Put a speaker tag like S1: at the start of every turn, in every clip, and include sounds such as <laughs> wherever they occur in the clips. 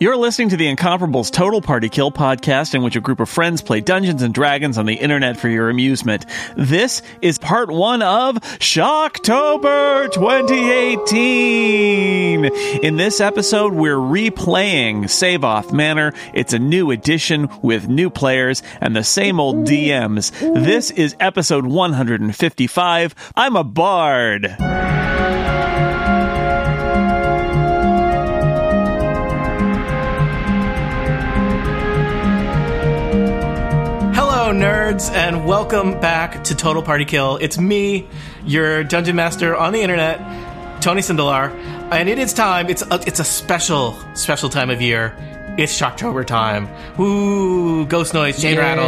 S1: You're listening to the Incomparables Total Party Kill podcast, in which a group of friends play Dungeons and Dragons on the internet for your amusement. This is part one of Shocktober 2018. In this episode, we're replaying Savoth Manor. It's a new edition with new players and the same old DMs. This is episode 155. I'm a bard.
S2: Hello, nerds, and welcome back to Total Party Kill. It's me, your dungeon master on the internet, Tony Sindelar, and it is time. It's a, it's a special, special time of year. It's Shocktober time. Woo! Ghost noise, chain rattle,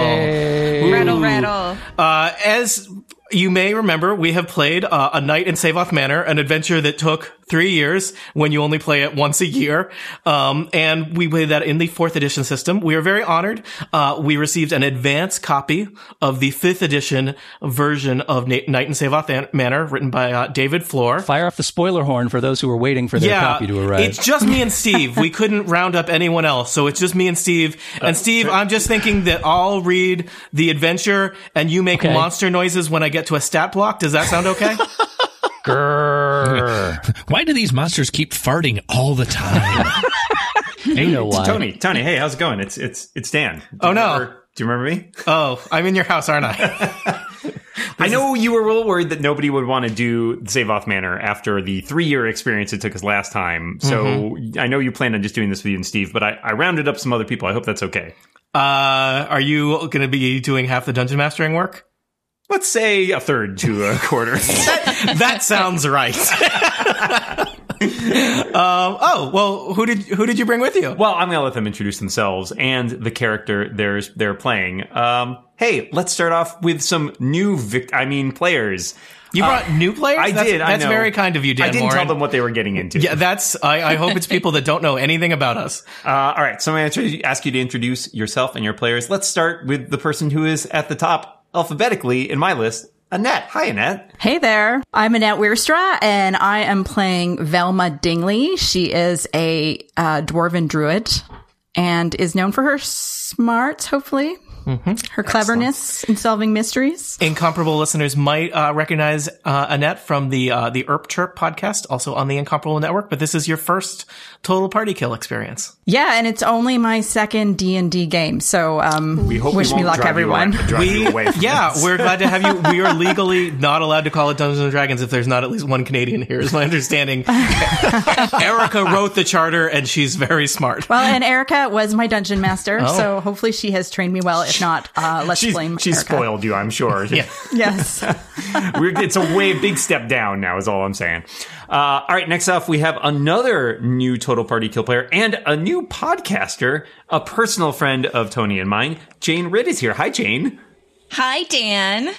S2: Woo.
S3: Rattle, rattle.
S2: Uh, as you may remember, we have played uh, A Night in Savoth Manor, an adventure that took three years when you only play it once a year. Um, and we played that in the fourth edition system. We are very honored. Uh, we received an advance copy of the fifth edition version of Na- Night in Savoth An- Manor, written by uh, David Floor.
S4: Fire off the spoiler horn for those who were waiting for their copy to arrive.
S2: It's just me and Steve. we couldn't <laughs> round up anyone else, so it's just me and Steve.
S5: Uh,
S2: And Steve, I'm just thinking that I'll read the adventure and you make
S4: Okay.
S2: monster noises when I get to a stat block. Does that sound
S4: <laughs>
S2: okay?
S6: <laughs> Why do these monsters keep farting all the time?
S4: you know why?
S5: Tony, Tony, hey, how's it going? It's it's it's Dan. Do
S2: Oh,
S5: you
S2: no.
S5: remember- do you remember me?
S2: oh, I'm in your house, aren't I?
S5: <laughs> I know you were a little worried that nobody would want to do Save Off Manor after the three year experience it took us last time. So I know you planned on just doing this with you and Steve, but I, I rounded up some other people. I hope that's okay.
S2: Uh, are you going to be doing half the dungeon mastering work?
S5: Let's say a third to a <laughs> quarter.
S4: <laughs>
S2: That sounds right. <laughs> um, oh well, who did who did you bring with you?
S5: well, I'm going to let them introduce themselves and the character they're, they're playing. Um, hey, let's start off with some new, vic- I mean, players.
S2: you brought new players.
S5: uh, I
S2: that's,
S5: did. I
S2: That's
S5: know.
S2: very kind of you, Dan
S5: I didn't tell
S2: Warren.
S5: them what they were getting into.
S2: yeah, that's. I, I hope it's people that don't know anything about us.
S5: Uh, all right, so I'm going to ask you to introduce yourself and your players. Let's start with the person who is at the top alphabetically in my list, Annette. Hi, Annette.
S3: Hey there. I'm Annette Weirstra, and I am playing Velma Dingley. She is a uh, dwarven druid and is known for her smarts, hopefully, her cleverness in solving mysteries.
S2: Incomparable listeners might uh, recognize uh, Annette from the uh, the Erp Chirp podcast, also on the Incomparable Network. But this is your first total party kill experience.
S3: Yeah, and it's only my second D and D game, so um, wish me luck, everyone.
S5: we, away <laughs> from
S2: Yeah,
S5: this.
S2: we're glad to have you.
S5: <laughs>
S2: We are legally not allowed to call it Dungeons and Dragons if there's not at least one Canadian here, is my understanding.
S5: <laughs>
S2: Erica wrote the charter, and she's very smart.
S3: <laughs> Well, and Erica was my dungeon master, so hopefully she has trained me well. If not, uh, let's
S5: Oh. she's,
S3: blame
S5: she's
S3: Erica.
S5: spoiled you, I'm sure. <laughs> yeah.
S3: Yes. <laughs>
S5: we're, it's a way big step down now, is all I'm saying. Uh, all right, next up, we have another new Total Party Kill player and a new podcaster, a personal friend of Tony and mine. Jane Ridd is here. Hi, Jane.
S7: Hi, Dan.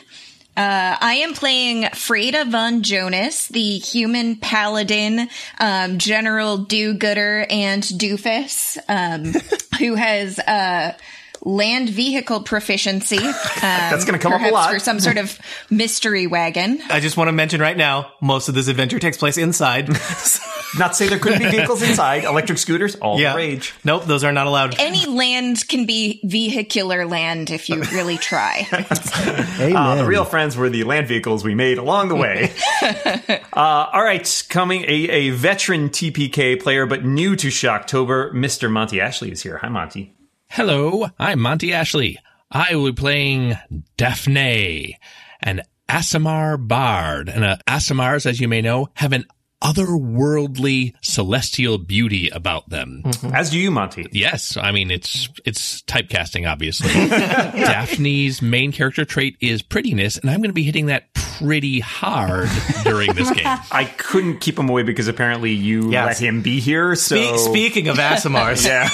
S7: Uh, I am playing Freda von Jonas, the human paladin, um, general do-gooder and doofus,
S5: <laughs>
S7: um, who has uh, land vehicle
S5: <laughs>
S7: proficiency. Um, That's
S5: gonna come up a lot.
S7: for some
S5: <laughs>
S7: sort of mystery wagon.
S2: I just want to mention right now, most of this adventure takes place inside.
S5: <laughs> Not to say there <laughs> couldn't be vehicles inside, electric scooters, all
S2: Yeah.
S5: the rage.
S2: Nope, those are not allowed.
S5: <laughs>
S7: Any land can be vehicular land if you really try.
S5: <laughs> Uh, the real friends were the land vehicles we made along the way. <laughs> uh, all right, coming a, a veteran TPK player but new to Shocktober, Mr. Monty Ashley is here. Hi, Monty.
S6: Hello, I'm Monty Ashley. I will be playing Daphne, an Asimar bard. And uh, Asimars, as you may know, have an otherworldly celestial beauty about them.
S5: As do you, Monty.
S6: Yes, I mean it's it's typecasting obviously. Daphne's main character trait is prettiness and I'm going to be hitting that pretty hard during this game.
S5: I couldn't keep him away because apparently you
S2: Yes.
S5: let him be here. So
S2: Spe- speaking of Asimars,
S5: <laughs> Yeah.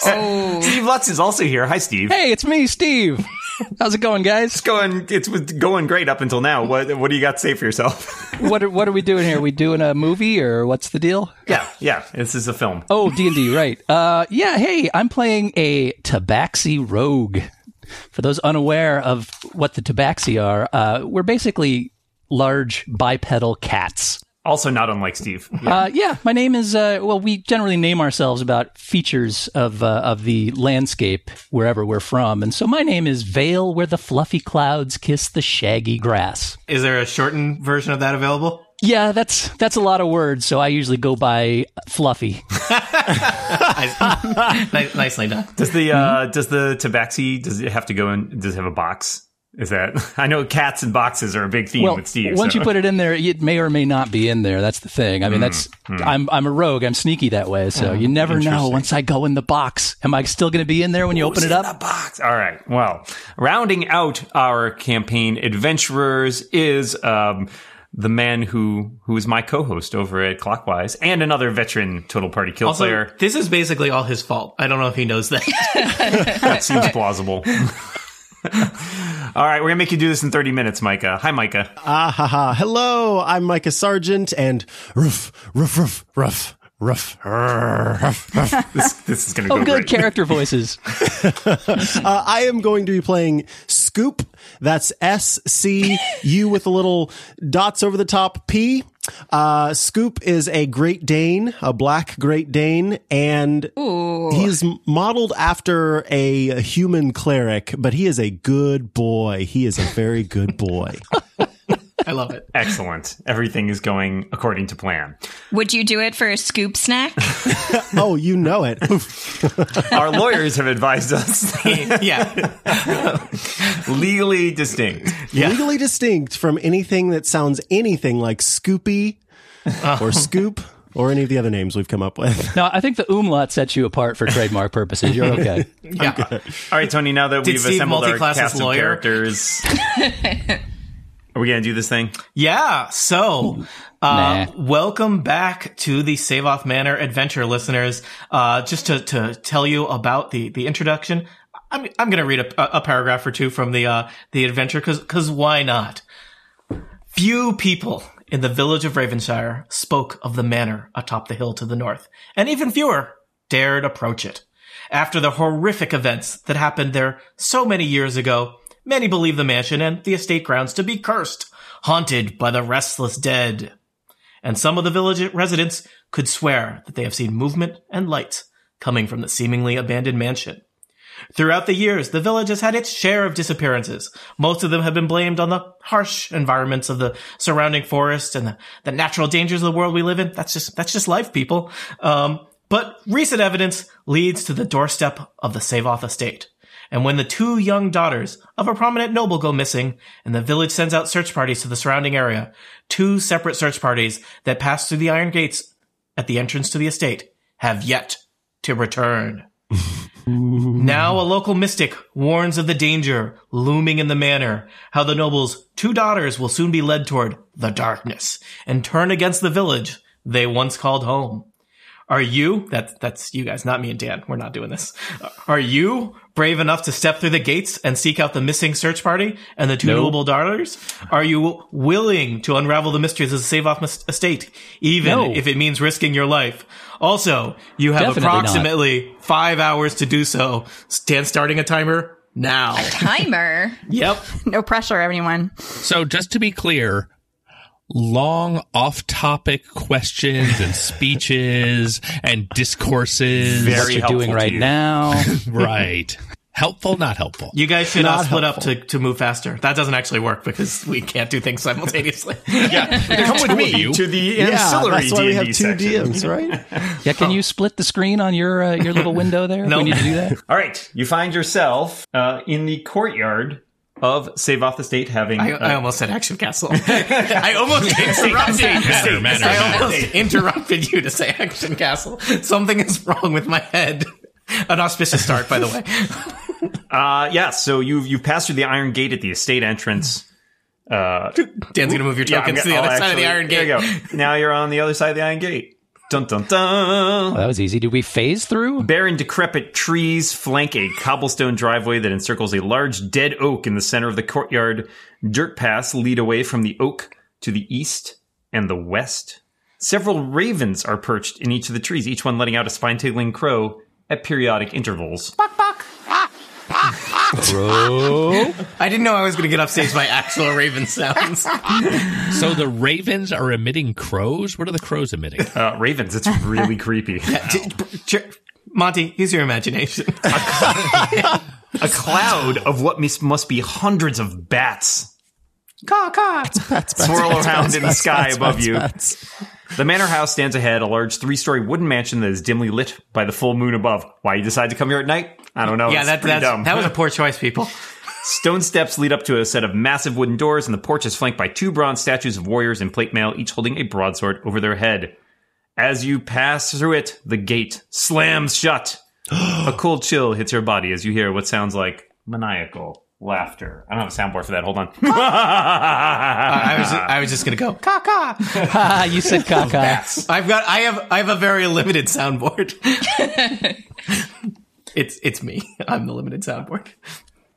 S5: Steve Lutz is also here. Hi, Steve.
S4: Hey, it's me, Steve. How's it going, guys?
S5: It's going. It's was going great up until now. What What do you got to say for yourself?
S4: What are, what are we doing here? we doing a movie or what's the deal?
S5: yeah, <laughs> yeah. This is a film.
S4: Oh, D and D, right? Uh, yeah. Hey, I'm playing a Tabaxi rogue. For those unaware of what the Tabaxi are, uh, we're basically large bipedal cats.
S5: Also, not unlike Steve. Yeah.
S4: Uh, yeah, my name is. Uh, well, we generally name ourselves about features of uh, of the landscape wherever we're from, and so my name is Vale, where the fluffy clouds kiss the shaggy grass.
S2: Is there a shortened version of that available?
S4: Yeah, that's that's a lot of words, so I usually go by
S5: <laughs>
S4: Fluffy.
S2: <laughs> Nice- nice- nicely done.
S5: Does the
S4: Mm-hmm.
S5: uh, does the tabaxi does it have to go in? Does it have a box? Is that <laughs> I know cats and boxes are a big theme
S4: well,
S5: with Steve.
S4: once
S5: so- <laughs> Hmm,
S4: you put it in there, it may or may not be in there. That's the thing. I mean, that's I'm I'm a rogue. I'm sneaky that way, so
S5: Oh,
S4: you never know. Once I go in the box, am I still going to be in there when you open it up?
S5: a box. All right. Well, rounding out our campaign adventurers is um, the man who who is my co-host over at Clockwise and another veteran Total Party Kill
S2: Also,
S4: <laughs>
S5: player.
S2: this is basically all his fault. I don't know if he knows that. <laughs>
S5: That seems plausible. <laughs> All right, we're gonna make you do this in thirty minutes, Micah. Hi, Micah.
S4: Uh,
S8: Ah ha ha. Hello, I'm Micah Sargent and roof, roof, roof, roof, roof, roof, roof.
S5: This, this is gonna go
S4: Oh, good
S5: great.
S4: character
S5: <laughs>
S4: voices.
S8: Uh, I am going to be playing Scoop. That's S C U with the little dots over the top P. Uh, Scoop is a Great Dane, a black Great Dane, and he's modeled after a human cleric, but he is a good boy. He is a very good boy.
S2: I love it.
S5: Excellent. Everything is going according to plan.
S7: Would you do it for a
S5: <laughs>
S7: scoop snack?
S8: oh, you know it.
S5: Our lawyers have
S2: <laughs>
S5: advised us
S2: Yeah.
S5: legally distinct.
S8: Legally distinct from anything that sounds anything like Scoopy
S5: Uh.
S8: or Scoop or any of the other names we've come up with.
S4: no, I think the umlaut sets you apart for trademark purposes. You're okay.
S2: Yeah.
S5: All right, Tony. Now that
S2: Did
S5: we've
S2: Steve
S5: assembled our
S2: multi-class as
S5: cast of
S2: lawyer?
S4: <laughs>
S5: characters, are we gonna do this thing?
S2: Yeah. So,
S4: Nah.
S2: uh, welcome back to the Save Off Manor adventure, listeners. Uh, just to, to tell you about the, the introduction, I'm, I'm going to read a, a paragraph or two from the, uh, the adventure because, because why not? Few people in the village of Ravenshire spoke of the manor atop the hill to the north, and even fewer dared approach it. After the horrific events that happened there so many years ago, many believe the mansion and the estate grounds to be cursed, haunted by the restless dead. And some of the village residents could swear that they have seen movement and lights coming from the seemingly abandoned mansion. Throughout the years, the village has had its share of disappearances. Most of them have been blamed on the harsh environments of the surrounding forest and the, the natural dangers of the world we live in. That's just, that's just life, people. Um, but recent evidence leads to the doorstep of the Savoth estate. And when the two young daughters of a prominent noble go missing and the village sends out search parties to the surrounding area, two separate search parties that pass through the iron gates at the entrance to the estate have yet to return. Now a local mystic warns of the danger looming in the manor, how the noble's two daughters will soon be led toward the darkness and turn against the village they once called home. Are you, that, that's you guys, not me and Dan, we're not doing this. Are you brave enough to step through the gates and seek out the missing search party and the two noble daughters? Are you willing to unravel the mysteries of the Save Off mis- estate, even
S4: No.
S2: if it means risking your life? Also, you have
S4: Definitely not.
S2: approximately five hours to do so. Stan starting a timer now.
S7: Timer.
S2: yep.
S3: No pressure, anyone.
S6: So just to be clear, long off topic questions and speeches and discourses. <laughs>
S4: what you're doing
S5: helpful to
S4: right
S5: you. <laughs>
S4: now.
S6: Right. helpful, not helpful.
S2: You guys should uh,
S8: Not
S2: split
S8: helpful.
S2: up to, to move faster. That doesn't actually work because we can't do things simultaneously.
S6: Come with me, you.
S5: To the
S8: yeah,
S5: ancillary
S8: that's why we have
S5: D&D
S8: two
S5: section.
S8: DMs, right?
S4: Yeah, can you split the screen on your uh, your little window there?
S5: <laughs>
S2: No.
S4: We need to do that.
S5: All right, you find yourself uh, in the courtyard of Save Off the State, having
S2: I,
S5: uh,
S2: I almost said action castle.
S5: <laughs>
S2: I almost interrupted.
S6: Matter, matter,
S2: I
S6: matter.
S2: almost interrupted you to say action castle. Something is wrong with my head. An auspicious start, by the way.
S5: uh, yeah. So you you passed through the iron gate at the estate entrance. Uh,
S2: Dan's gonna move your
S5: yeah, I'm
S2: tokens to
S5: gonna-
S2: the
S5: I'll
S2: other side of the
S5: actually-
S2: iron gate.
S5: There you go. Now you're on the other side of the iron gate. Dun dun dun.
S4: Well, that was easy. Did we phase
S5: <laughs>
S4: through?
S5: Barren, decrepit trees flank a cobblestone driveway that encircles a large dead oak in the center of the courtyard. Dirt paths lead away from the oak to the east and the west. Several ravens are perched in each of the trees, each one letting out a spine-tingling crow at periodic intervals.
S4: Bro.
S2: I didn't know I was going to get upstaged by actual raven
S5: <laughs>
S2: sounds.
S6: So the ravens are emitting crows. What are the crows <laughs> emitting?
S5: Uh, ravens, it's really <laughs> creepy.
S2: Ch- Monty, use your imagination.
S5: A cloud of what mis- must be hundreds of bats. Caw, caw. Swirl around in the sky above you. The manor house stands ahead, a large three-story wooden mansion that is dimly lit by the full moon above. Why you decide to come here at night? I don't know.
S2: yeah,
S5: it's
S2: that,
S5: pretty
S2: that's,
S5: dumb.
S2: that was a poor choice, people.
S5: Stone steps lead up to a set of massive wooden doors, and the porch is flanked by two bronze statues of warriors in plate mail, each holding a broadsword over their head. As you pass through it, the gate
S4: <gasps>
S5: slams shut. a cold chill hits your body as you hear what sounds like maniacal laughter. I don't have a soundboard for that. Hold on. <laughs>
S2: Uh, I was I was just going to go caca.
S4: Ah, you said caca.
S2: I've got I have I have a very limited <laughs> soundboard. it's it's me. I'm the limited soundboard.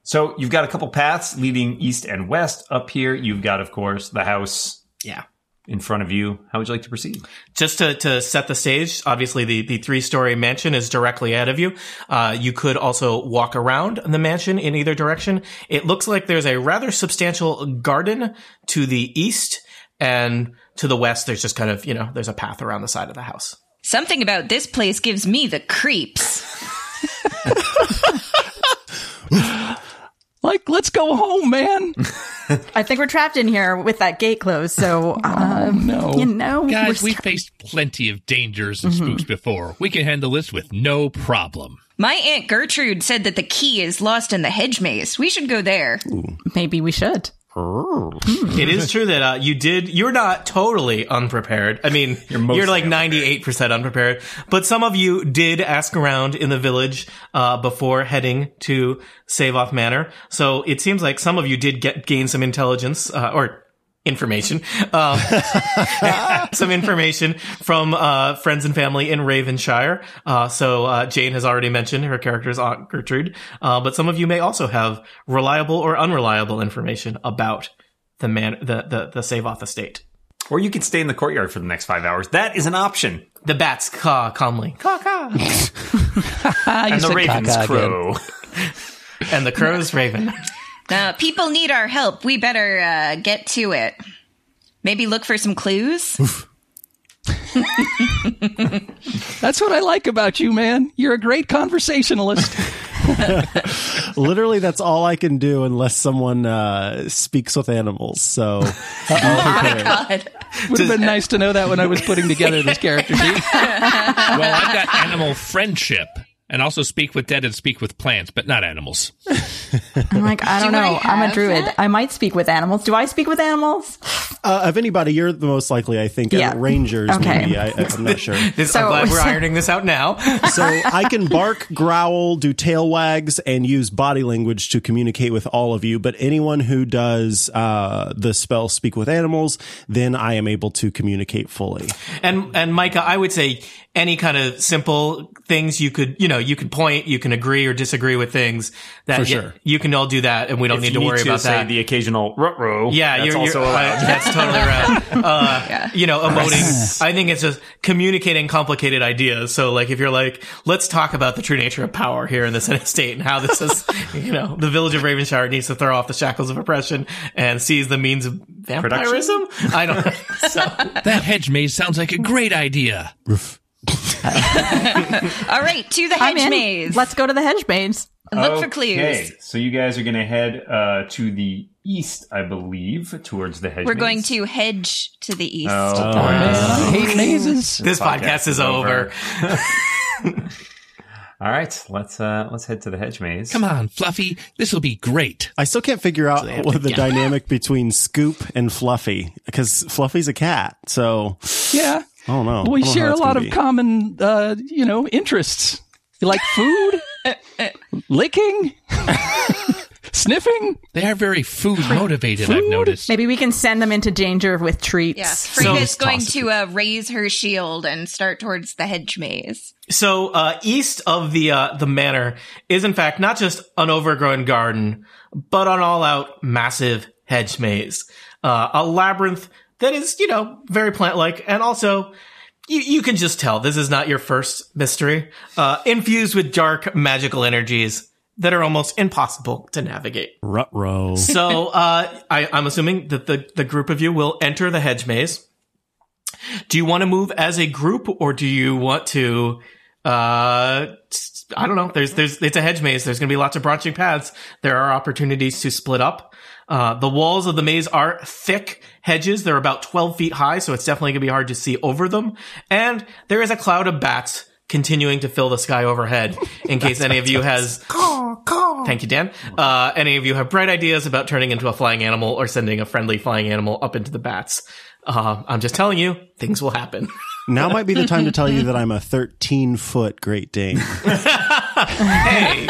S5: so you've got a couple paths leading east and west. Up here, you've got, of course, the house
S2: Yeah.
S5: in front of you. How would you like to proceed?
S2: Just to, to set the stage, obviously the, the three story mansion is directly ahead of you. Uh, you could also walk around the mansion in either direction. It looks like there's a rather substantial garden to the east and to the west. There's just kind of, you know, there's a path around the side of the house.
S7: Something about this place gives me the creeps.
S4: Like, let's go home,
S5: <laughs>
S4: man.
S3: I think we're trapped in here with that gate closed.
S2: <laughs>
S3: So,
S2: Oh,
S3: um,
S4: No.
S3: you know,
S6: Guys,
S3: we're
S6: we faced plenty of dangers and spooks before. We can handle this with no <laughs> problem.
S7: My Aunt Gertrude said that the key is lost in the hedge maze. We should go there.
S3: maybe we should.
S2: It is true that uh, you did. You're not totally unprepared. I mean, you're,
S5: mostly
S2: like ninety eight percent unprepared. But some of you did ask around in the village uh, before heading to Save Off Manor. So it seems like some of you did get gain some intelligence uh, or information, um, <laughs> some information from uh, friends and family in Ravenshire. Uh, so uh, Jane has already mentioned her character's Aunt Gertrude, uh, but some of you may also have reliable or unreliable information about the man the the, the save off estate.
S5: Or you could stay in the courtyard for the next five hours. That is an option.
S2: The bats caw calmly, caw caw,
S4: Ah, you
S5: And the
S4: said
S5: ravens
S4: caca again.
S5: crow. <laughs>
S2: and the <laughs> crows raven.
S7: Uh, people need our help. We better uh, get to it. Maybe look for
S5: <laughs>
S7: some clues.
S4: That's what I like about you, man. You're a great
S5: <laughs>
S4: conversationalist.
S8: <laughs> Literally, that's all I can do unless someone uh, speaks with animals.
S5: <laughs>
S8: So, uh
S7: God.
S4: Would have been nice to know that when I was putting together
S5: <laughs>
S4: this character sheet.
S6: Well, I've got animal friendship and also speak with dead and speak with plants, but not animals.
S3: I'm like,
S7: <laughs>
S3: I don't
S7: Do I
S3: know. I'm
S7: have
S3: a druid.
S7: that?
S3: I might speak with animals. Do I speak with animals?
S8: Uh, of anybody, you're the most likely, I think.
S3: Yeah.
S8: Yeah. Rangers,
S3: Okay.
S8: maybe. I, I- I'm not sure.
S2: This,
S3: So-
S2: I'm glad <laughs> we're
S3: so-
S2: ironing this out now.
S8: So I can bark, growl, do tail wags, and use body language to communicate with all of you. But anyone who does uh, the spell speak with animals, then I am able to communicate fully.
S2: And and Micah, I would say any kind of simple things you could you know you can point, you can agree or disagree with things that y-
S8: sure.
S2: you can all do that, and we don't
S5: If
S2: need
S5: you
S2: to worry
S5: to
S2: about
S5: say
S2: that.
S5: the occasional ruh-roh.
S2: yeah,
S5: that's
S2: you're,
S5: also
S2: you're, uh,
S5: allowed.
S2: that's <laughs> totally right. Uh, You know, emoting. <laughs> I think it's just communicating complicated ideas. So, like, if you're like, let's talk about the true nature of power here in this state and how this is, <laughs> you know, the village of Ravenshire needs to throw off the shackles of oppression and seize the means of vampirism. I <laughs> don't. So,
S6: That hedge maze sounds like a great idea.
S7: All right, to the
S3: I'm
S7: hedge
S3: in.
S7: maze.
S3: Let's go to the hedge maze.
S2: uh,
S7: <laughs> look for
S5: Okay,
S7: clues.
S5: so you guys are going to head uh, to the east, I believe, towards the hedge.
S7: We're going to hedge to the east.
S5: Oh,
S4: I hate mazes.
S2: this podcast is over. <laughs>
S5: All right, let's uh, let's head to the hedge maze.
S6: Come on, Fluffy. This will be great.
S8: I still can't figure out what the dynamic between Scoop and Fluffy because Fluffy's a cat. So
S4: Yeah.
S8: I don't
S5: Oh,
S8: know. I
S4: We
S8: don't know
S4: share a
S8: how it's
S4: lot
S8: gonna
S4: of
S8: be.
S4: common, uh, you know, interests. You like
S5: <laughs>
S4: food, licking, sniffing.
S6: They are very food motivated, I've noticed.
S3: Maybe we can send them into danger with treats.
S7: yeah, Frigga's
S8: So-
S7: going to uh, raise her shield and start towards the hedge maze.
S2: So uh, east of the uh, the manor is in fact not just an overgrown garden, but an all out massive hedge maze, uh, a labyrinth that is you know very plant like, and also you, you can just tell this is not your first mystery, uh, infused with dark magical energies that are almost impossible to navigate.
S9: Rut row.
S2: So uh, I, I'm assuming that the, the group of you will enter the hedge maze. Do you want to move as a group, or do you want to? Uh, s- I don't know. There's there's it's a hedge maze. There's going to be lots of branching paths. There are opportunities to split up. Uh, the walls of the maze are thick hedges. They're about 12 feet high, so it's definitely going to be hard to see over them. And there is a cloud of bats continuing to fill the sky overhead in case any of you has Thank you, Dan. Uh, any of you have bright ideas about turning into a flying animal or sending a friendly flying animal up into the bats? Uh, I'm just telling you, things will happen. <laughs>
S8: Now might be the time to tell you that I'm a 13 foot Great Dane.
S2: hey,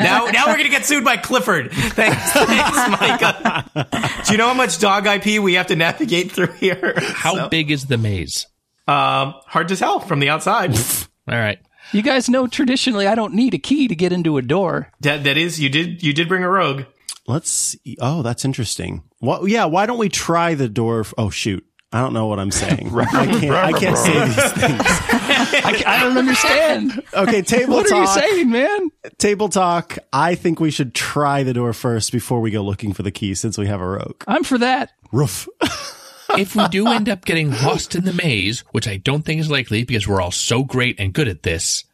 S2: now now we're gonna get sued by Clifford. Thanks, thanks, Micah. Do you know how much dog IP we have to navigate through here?
S6: How big is the maze?
S2: Um, hard to tell from the
S5: <laughs>
S2: outside.
S6: All right.
S4: You guys know traditionally I don't need a key to get into a door.
S2: that that is, you did you did bring a rogue.
S8: Let's. See. Oh, that's interesting. What? Yeah. Why don't we try the door? f- oh shoot. I don't know what I'm <laughs> saying. I can't. I can't say these things.
S4: I, ca- I don't
S8: <laughs>
S4: understand.
S8: Okay. Table
S4: What are you
S8: talk.
S4: saying, man?
S8: Table talk. I think we should try the door first before we go looking for the key, since we have a rogue.
S4: I'm for that.
S8: Roof.
S6: If we do end up getting lost in the maze, which I don't think is likely because we're all so great and good at this,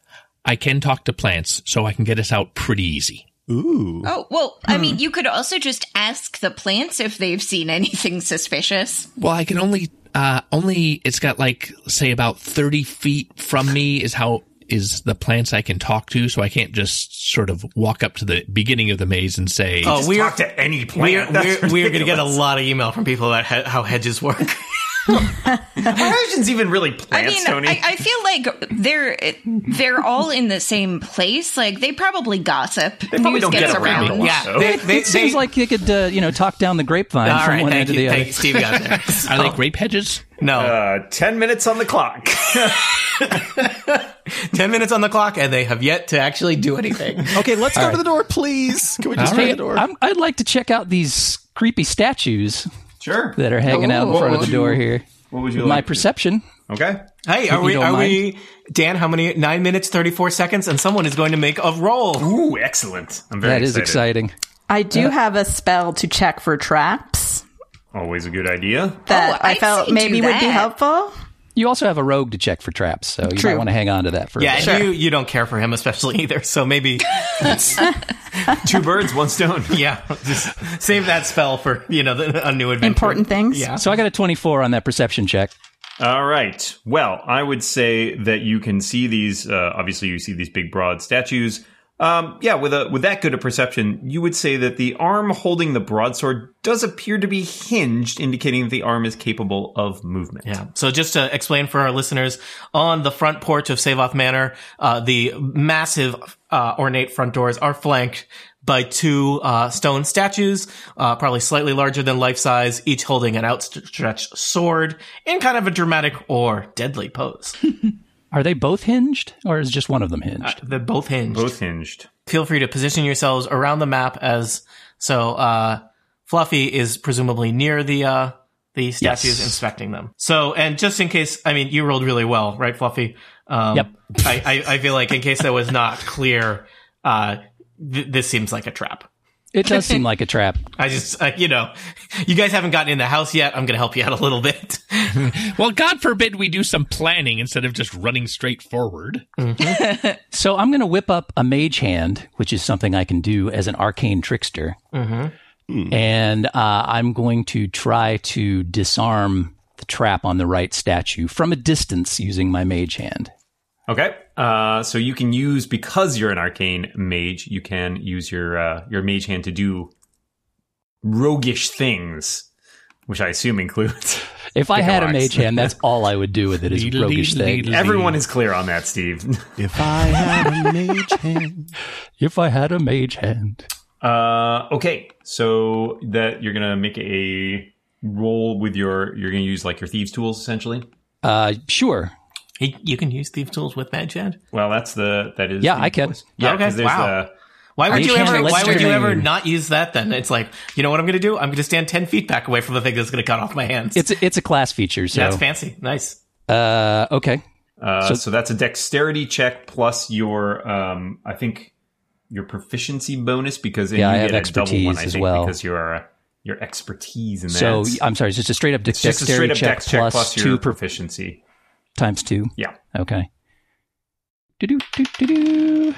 S6: I can talk to plants so I can get us out pretty easy.
S8: Ooh.
S7: Oh, well,
S5: Hmm.
S7: I mean, you could also just ask the plants if they've seen anything suspicious.
S6: Well, I can only, uh, only it's got like, say about 30 feet from me is how is the plants I can talk to. So I can't just sort of walk up to the beginning of the maze and say,
S2: Oh,
S5: We
S2: we are
S5: talk to any
S2: we are
S5: plant. That's
S2: we're, we're gonna get a
S5: ridiculous.
S2: lot of email from people about he- how hedges
S5: <laughs>
S2: work.
S5: Persians even really
S7: I
S5: plants,
S7: mean,
S5: Tony.
S7: I, I feel like they're they're all in the same place. Like they probably gossip.
S5: probably
S7: News
S5: don't
S7: gets
S5: get around a lot.
S2: Yeah,
S5: So-
S2: they, they,
S4: It seems
S2: they-
S4: like you could, uh, you know, talk down the
S2: <laughs>
S4: grapevine
S2: All
S4: from
S2: right,
S4: one
S2: thank
S4: end
S2: you,
S4: to the other.
S2: thank you, Steve got
S4: <laughs>
S2: there.
S6: are they grape hedges?
S2: No,
S5: uh, Ten minutes on the clock. <laughs>
S2: 10 minutes on the clock and they have yet to actually do
S4: <laughs>
S2: anything.
S4: Oh,
S8: Okay. Let's go to the door, please. Can we just
S6: All
S8: try
S6: right.
S8: the door?
S4: I'm, I'd like to check out these creepy statues
S5: sure.
S4: that are hanging out in
S7: Ooh.
S4: front of the door here.
S5: What would you
S4: My
S5: like?
S4: perception.
S5: okay.
S2: hey, are we
S4: don't
S2: are we Dan, how many 9 minutes 34 seconds and someone is going to make a roll.
S5: Ooh, excellent. I'm very
S4: That is
S5: excited.
S4: exciting.
S3: I do have a spell to check for traps
S5: Always a good idea.
S7: Oh,
S3: that I
S7: I'd
S3: felt
S7: say
S3: maybe
S7: do
S3: would be
S7: that.
S3: helpful.
S4: You also have a rogue to check for traps, so you might
S3: True.
S4: want to hang on to that for
S2: Yeah,
S4: a bit.
S2: and you you don't care for him especially either. So
S4: <laughs>
S2: maybe
S5: Two birds, one stone.
S7: <laughs>
S2: yeah, just save that spell for, you know, the, a new adventure.
S3: Important things.
S2: Yeah.
S4: So I got a 24 on that perception check.
S5: All right. Well, I would say that you can see these. Uh, obviously, you see these big, broad statues. Um, yeah, with a with that good a perception, you would say that the arm holding the broadsword does appear to be hinged, indicating that the arm is capable of movement.
S2: Yeah. So just to explain for our listeners, on the front porch of Savoth Manor, uh, the massive uh, ornate front doors are flanked by two uh, stone statues, uh, probably slightly larger than life size, each holding an outstretched sword in kind of a dramatic or deadly pose.
S4: Are they both hinged, or is just one of them hinged?
S2: They're both hinged.
S5: both hinged.
S2: Feel free to position yourselves around the map as so. Uh, Fluffy is presumably near the. Uh, the statues
S4: Yes.
S2: inspecting them. So, and just in case, I mean, you rolled really well, right, Fluffy? Um,
S4: Yep.
S2: I, I, I feel like in case that was not clear, uh, th- this seems like a trap.
S4: It does seem like a trap.
S2: I just, uh, you know, you guys haven't gotten in the house yet. I'm going to help you out a little bit.
S6: Well, God forbid we do some planning instead of just running straight forward.
S4: So I'm going to whip up a mage hand, which is something I can do as an arcane trickster.
S5: Mm-hmm.
S4: And uh, I'm going to try to disarm the trap on the right statue from a distance using my mage hand.
S5: Okay. Uh, so you can use because you're an arcane mage, you can use your uh, your mage hand to do roguish things, which I assume includes.
S4: If I had a
S5: axe.
S4: mage hand, that's all I would do with it
S5: <laughs>
S4: is
S6: Leedle,
S4: roguish
S6: leedle,
S4: thing.
S6: leedle.
S5: Everyone is clear on that, Steve. <laughs>
S8: if I had a mage hand.
S4: If I had a mage hand.
S5: Uh, okay, so that you're gonna make a roll with your. You're gonna use like your thieves' tools essentially.
S4: Uh, sure.
S2: <laughs> Hey, you can use thief tools with Mage Hand.
S5: Well, that's the that is.
S4: Yeah,
S5: the-
S4: I can.
S5: Yeah,
S2: Okay,
S5: 'cause there's
S2: wow.
S5: the-
S2: Why would
S4: Mage
S2: you
S4: hand
S2: ever?
S4: lets
S2: Why would you
S4: you-
S2: ever not use that? Then it's like, you know what I'm going to do? I'm going to stand ten feet back away from the thing that's going to cut off my hands.
S4: It's a, it's a class feature. So
S2: that's fancy. Nice.
S4: uh, okay.
S5: uh, so, that's a dexterity check plus your. Um, I think your proficiency bonus because then
S4: Yeah, I
S5: you
S4: have
S5: get a double one,
S4: expertise
S5: I
S4: as
S5: think,
S4: well.
S5: because you're a, your expertise in that.
S4: So I'm sorry, it's just a straight up
S5: it's just a
S4: dexterity
S5: straight up
S4: check,
S5: dex check plus,
S4: two
S5: your
S4: per,
S5: proficiency.
S4: times two.
S5: Yeah.
S4: Okay. Do-do, do-do, do-do.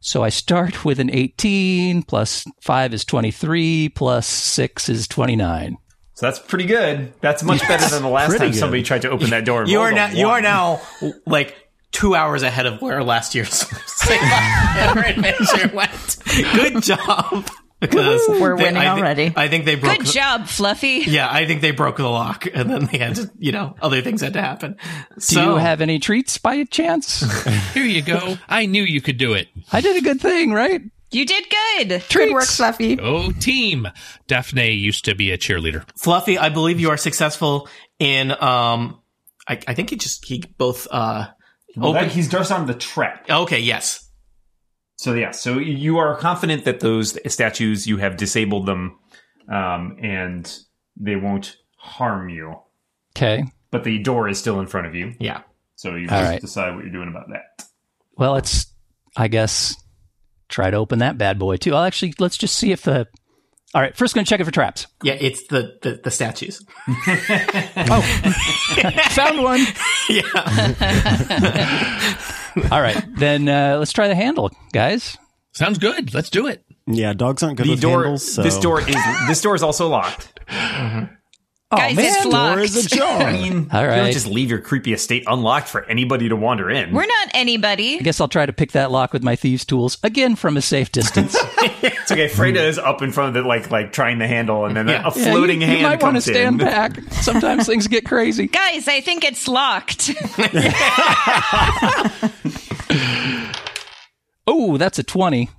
S4: So I start with an 18, plus 5 is 23, plus 6 is 29.
S5: So that's pretty good.
S4: <laughs>
S5: That's much better than the last time somebody tried to open that door. and
S2: You
S5: rolled
S2: are
S5: a
S2: now. You
S5: one.
S2: are now like two hours ahead of where last year's <laughs> Save Our adventure went. Good job. Because
S3: We're winning
S2: I thi-
S3: already.
S2: I think they broke.
S7: Good
S2: the-
S7: job, Fluffy.
S2: yeah, I think they broke the lock, and then they had to, you know, other things had to happen.
S4: Do
S2: so
S4: you have any treats by chance?
S7: <laughs>
S6: Here you go. <laughs> I knew you could do it.
S4: I did a good thing, right?
S7: You did good.
S3: Good work, Fluffy.
S6: Oh, team. Daphne used to be a cheerleader.
S2: Fluffy, I believe you are successful in. um I, I think he just he both. uh
S5: Well, that-
S2: Open-
S5: he's Darsan the trap.
S2: Okay, yes,
S5: So yeah, so you are confident that those statues you have disabled them, um, and they won't harm you.
S4: Okay.
S5: But the door is still in front of you,
S2: yeah.
S5: so you
S4: All
S5: just
S4: right.
S5: decide what you're doing about that.
S4: Well, let's, I guess, try to open that bad boy too. I'll actually, let's just see if the. All right, first going to check it for
S7: <laughs>
S4: traps.
S2: Yeah, it's the, the, the statues.
S4: Found one.
S2: Yeah.
S4: <laughs> All right, then uh, let's try the handle, guys.
S6: Sounds good. Let's do it.
S8: Yeah, dogs aren't good
S5: The
S8: with
S5: door,
S8: handles. So.
S5: this door is <laughs> this door is also locked.
S4: Oh,
S7: Guys,
S4: man.
S7: it's
S8: door
S7: locked.
S8: is ajar.
S5: mean,
S4: All
S5: you
S4: right.
S5: don't just leave your creepy estate unlocked for anybody to wander in.
S7: We're not anybody.
S4: I guess I'll try to pick that lock with my thieves' tools again from a safe distance.
S5: it's okay. Freda is up in front of it, like like trying the handle, and then
S2: Yeah.
S5: a floating
S4: you,
S5: hand
S4: You might want to
S5: comes
S4: stand
S5: in. <laughs>
S4: back. Sometimes things get crazy.
S7: Guys, I think it's locked. <laughs>
S4: Oh, that's a twenty.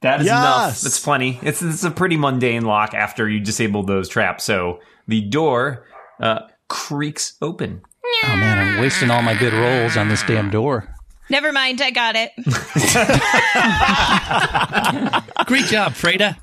S5: That is enough.
S8: Yes.
S5: That's plenty. It's it's a pretty mundane lock after you disable those traps. So the door uh, creaks open.
S4: Oh man, I'm wasting all my good rolls on this damn door.
S7: Never mind, I got it.
S5: Uh,
S6: Great job, Freda.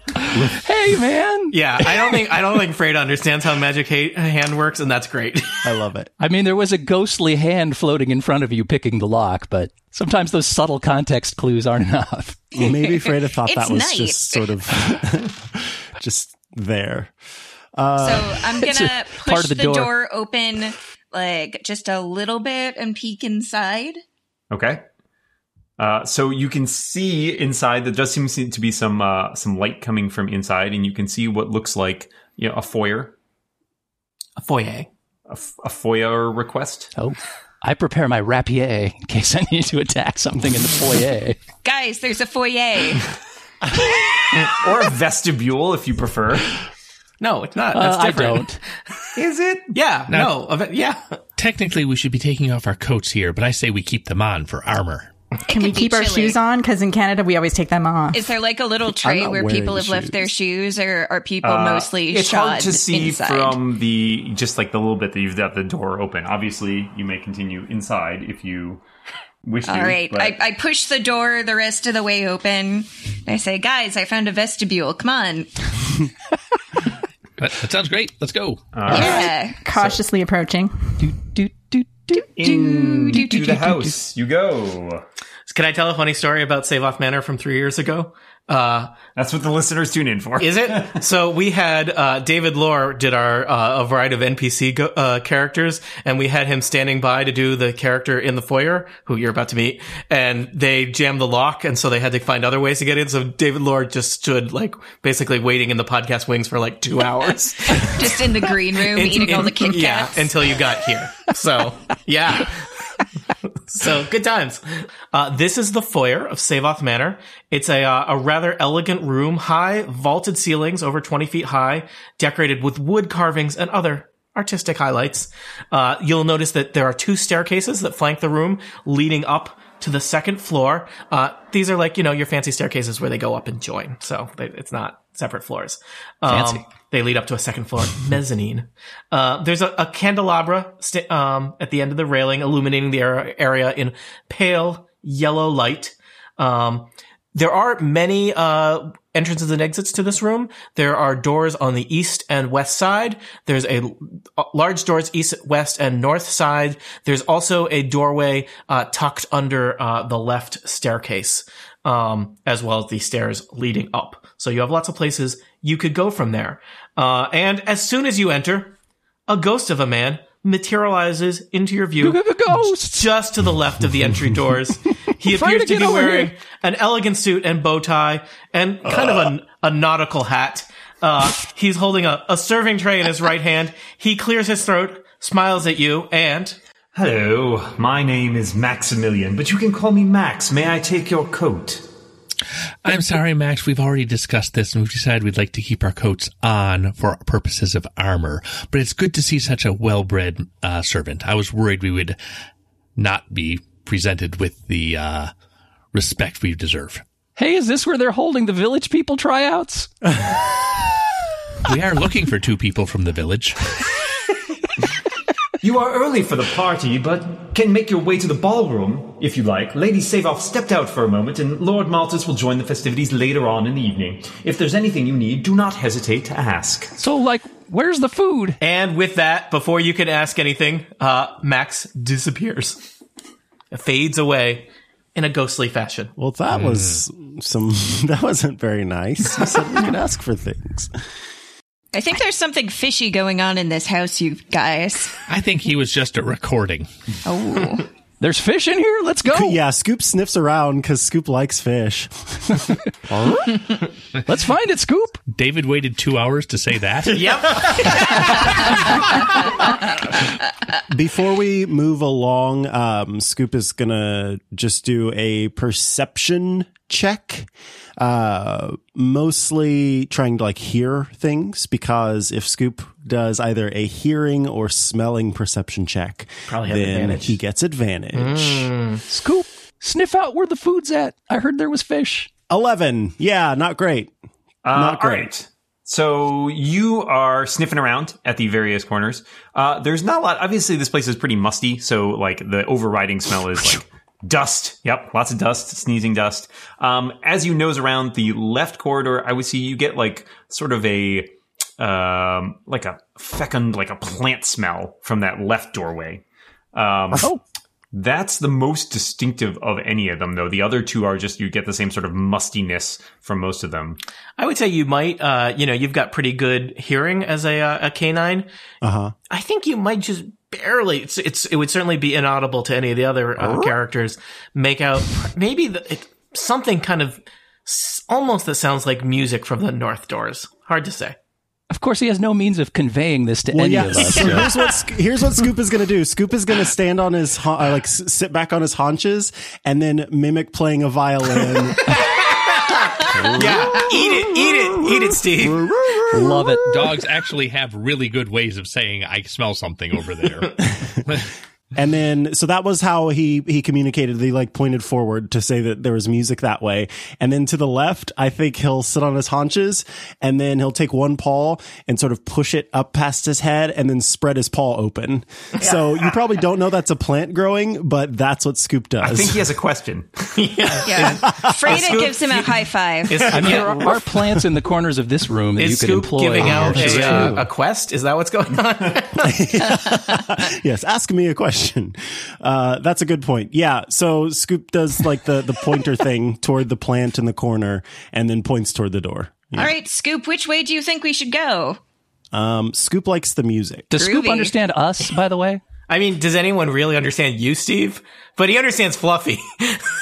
S4: Hey man,
S2: Yeah, I don't think I don't think Freda understands how magic ha- hand works, and that's great.
S8: I love it.
S4: I mean there was a ghostly hand floating in front of you picking the lock, but sometimes those subtle context clues aren't <laughs> enough.
S8: Maybe Freda thought
S7: It's
S8: that was
S7: night.
S8: just sort of <laughs> just there.
S7: so I'm
S4: it's
S7: gonna
S4: a
S7: push
S4: part of
S7: the,
S4: the
S7: door.
S4: door.
S7: open like just a little bit and peek inside.
S5: Okay. Uh, so you can see inside. There does seem to be some uh, some light coming from inside, and you can see what looks like you know, a foyer,
S2: A foyer.
S5: a, f- a FOIA request.
S4: Oh. I prepare my rapier in case I need to attack something in the foyer.
S7: Guys, there's a foyer.
S5: <laughs> or a <laughs> vestibule if you prefer.
S2: No, it's not.
S4: Uh,
S2: That's
S4: I
S2: different.
S4: don't.
S5: Is it?
S2: Yeah, no, of it- yeah.
S6: Technically, we should be taking off our coats here, but I say we keep them on for armor.
S7: Can
S3: We keep our shoes on because in Canada we always take them off.
S7: Is there like a little tray
S8: not
S7: where
S8: wearing
S7: people have left their shoes, or are people mostly
S5: Uh, It's
S7: shod
S5: hard to see
S7: inside?
S5: from the just like the little bit that you've got the door open. Obviously, you may continue inside if you wish to.
S7: All right,
S5: but-
S7: I, I push the door the rest of the way open. And I say, guys, I found a vestibule. Come on,
S6: That, that sounds great. Let's go.
S7: yeah.
S3: Cautiously approaching.
S4: Do, do, do, do.
S5: into the house you go.
S2: Can I tell a funny story about Save Off Manor from three years ago? Uh,
S5: That's what the listeners tune in for.
S2: Is <laughs> it? so we had uh, David Lore did our uh, a variety of NPC go- uh, characters, and we had him standing by to do the character in the foyer who you're about to meet, and they jammed the lock, and so they had to find other ways to get in. So David Lore just stood like basically waiting in the podcast wings for like two <laughs> hours,
S7: just in the
S2: <laughs>
S7: green room eating all the Kit Kats.
S2: yeah, until you got here. So yeah. So good times. Uh, this is the foyer of Savoth Manor. It's a uh, a rather elegant room, high vaulted ceilings over twenty feet high, decorated with wood carvings and other artistic highlights. Uh, you'll notice that there are two staircases that flank the room, leading up to the second floor. Uh, these are like you know your fancy staircases where they go up and join, so they, it's not separate floors. Um,
S4: Fancy.
S2: They lead up to a second floor mezzanine. Uh, there's a, a candelabra sta um, at the end of the railing, illuminating the ar- area in pale yellow light. Um, there are many uh, entrances and exits to this room. There are doors on the east and west side. There's a l- large doors east, west, and north side. There's also a doorway uh, tucked under uh, the left staircase. um, as well as the stairs leading up. So you have lots of places you could go from there. Uh, and as soon as you enter, a ghost of a man materializes into your view.
S4: a ghost!
S2: Just to the left of the entry
S4: <laughs>
S2: doors. He appears
S4: to
S2: to be
S4: get over
S2: wearing
S4: here.
S2: an elegant suit and bow tie and kind of a, a nautical hat. Uh, he's holding a, a serving tray in his right hand. He clears his throat, smiles at you, and
S5: Hello, my name is Maximilian, but you can call me Max. May I take your coat?
S6: I'm sorry, Max. We've already discussed this and we've decided we'd like to keep our coats on for purposes of armor. But it's good to see such a well bred uh, servant. I was worried we would not be presented with the uh, respect we deserve.
S4: Hey, is this where they're holding the village people tryouts?
S6: We are looking for two people from the village.
S5: You are early for the party, but can make your way to the ballroom if you like. Lady Savoff stepped out for a moment, and Lord Maltus will join the festivities later on in the evening. If there's anything you need, do not hesitate to ask.
S4: So, like, where's the food?
S2: and with that, before you can ask anything, uh, Max disappears, fades away in a ghostly fashion.
S8: Well, that was some. <laughs> That wasn't very nice. You said we could ask for things.
S7: I think there's something fishy going on in this house, you guys.
S6: I think he was just a recording.
S7: Oh.
S4: There's fish in here. Let's go.
S8: Yeah, Scoop sniffs around because Scoop likes fish.
S4: Let's find it, Scoop.
S6: David waited two hours to say
S7: <laughs>
S6: that.
S2: Yep.
S8: Before we move along, um, Scoop is gonna just do a perception check, uh, mostly trying to like hear things because if Scoop does either a hearing or smelling perception check,
S2: Probably has
S8: then
S2: advantage.
S8: he gets advantage.
S4: Scoop, sniff out where the food's at. I heard there was fish.
S8: Eleven, yeah, not great.
S5: Uh,
S8: Not great.
S5: all right. So you are sniffing around at the various corners. Uh, there's not a lot. Obviously, this place is pretty musty, so like the overriding smell is <laughs> like dust. Yep, lots of dust, sneezing dust. Um, as you nose around the left corridor, I would see you get like sort of a um, like a fecund, like a plant smell from that left doorway. Um,
S4: Oh.
S5: That's the most distinctive of any of them, though. The other two are just you get the same sort of mustiness from most of them.
S2: I would say you might, uh, you know, you've got pretty good hearing as a, uh, a canine.
S8: Uh huh.
S2: I think you might just barely. It's, it's it would certainly be inaudible to any of the other uh, characters. Make out maybe the, it, something kind of s- almost that sounds like music from the north doors. Hard to say.
S4: Of course, he has no means of conveying this to
S8: Well,
S4: any
S8: yeah.
S4: of
S8: <laughs>
S4: us.
S8: So here's
S4: <laughs>
S8: what Sc- here's what Scoop is gonna do. Scoop is gonna stand on his ha- uh, like s- sit back on his haunches and then mimic playing
S4: <laughs>
S8: a violin.
S2: Yeah, eat it, eat it, eat it, Steve.
S4: Love it.
S6: Dogs actually have really good ways of saying, I smell something over
S7: <laughs>
S6: there.
S8: and then so that was how he he communicated. He like pointed forward to say that there was music that way. And then to the left, I think he'll sit on his haunches and then he'll take one paw and sort of push it up past his head and then spread his paw open. So you probably don't know that's a plant growing, but that's what Scoop does.
S5: I think he has a
S4: <laughs>
S5: question.
S7: Yeah. Freda gives him a high five.
S2: Is,
S4: I mean, there are plants in the corners of this room that
S2: is
S4: you could
S2: Scoop
S4: employ.
S2: giving out
S4: Sure.
S2: a, uh, a quest? Is that what's going on? <laughs>
S8: yes, ask me a question. Uh, that's a good point. Yeah. So Scoop does like the,
S6: <laughs>
S8: the pointer thing toward the plant in the corner and then points toward the door.
S7: All right, Scoop, which way do you think we should go?
S8: Um, Scoop likes the music.
S4: Does Scoop
S7: Groovy.
S4: understand us, by the way?
S2: I mean, does anyone really understand you, Steve? But he understands Fluffy. <laughs>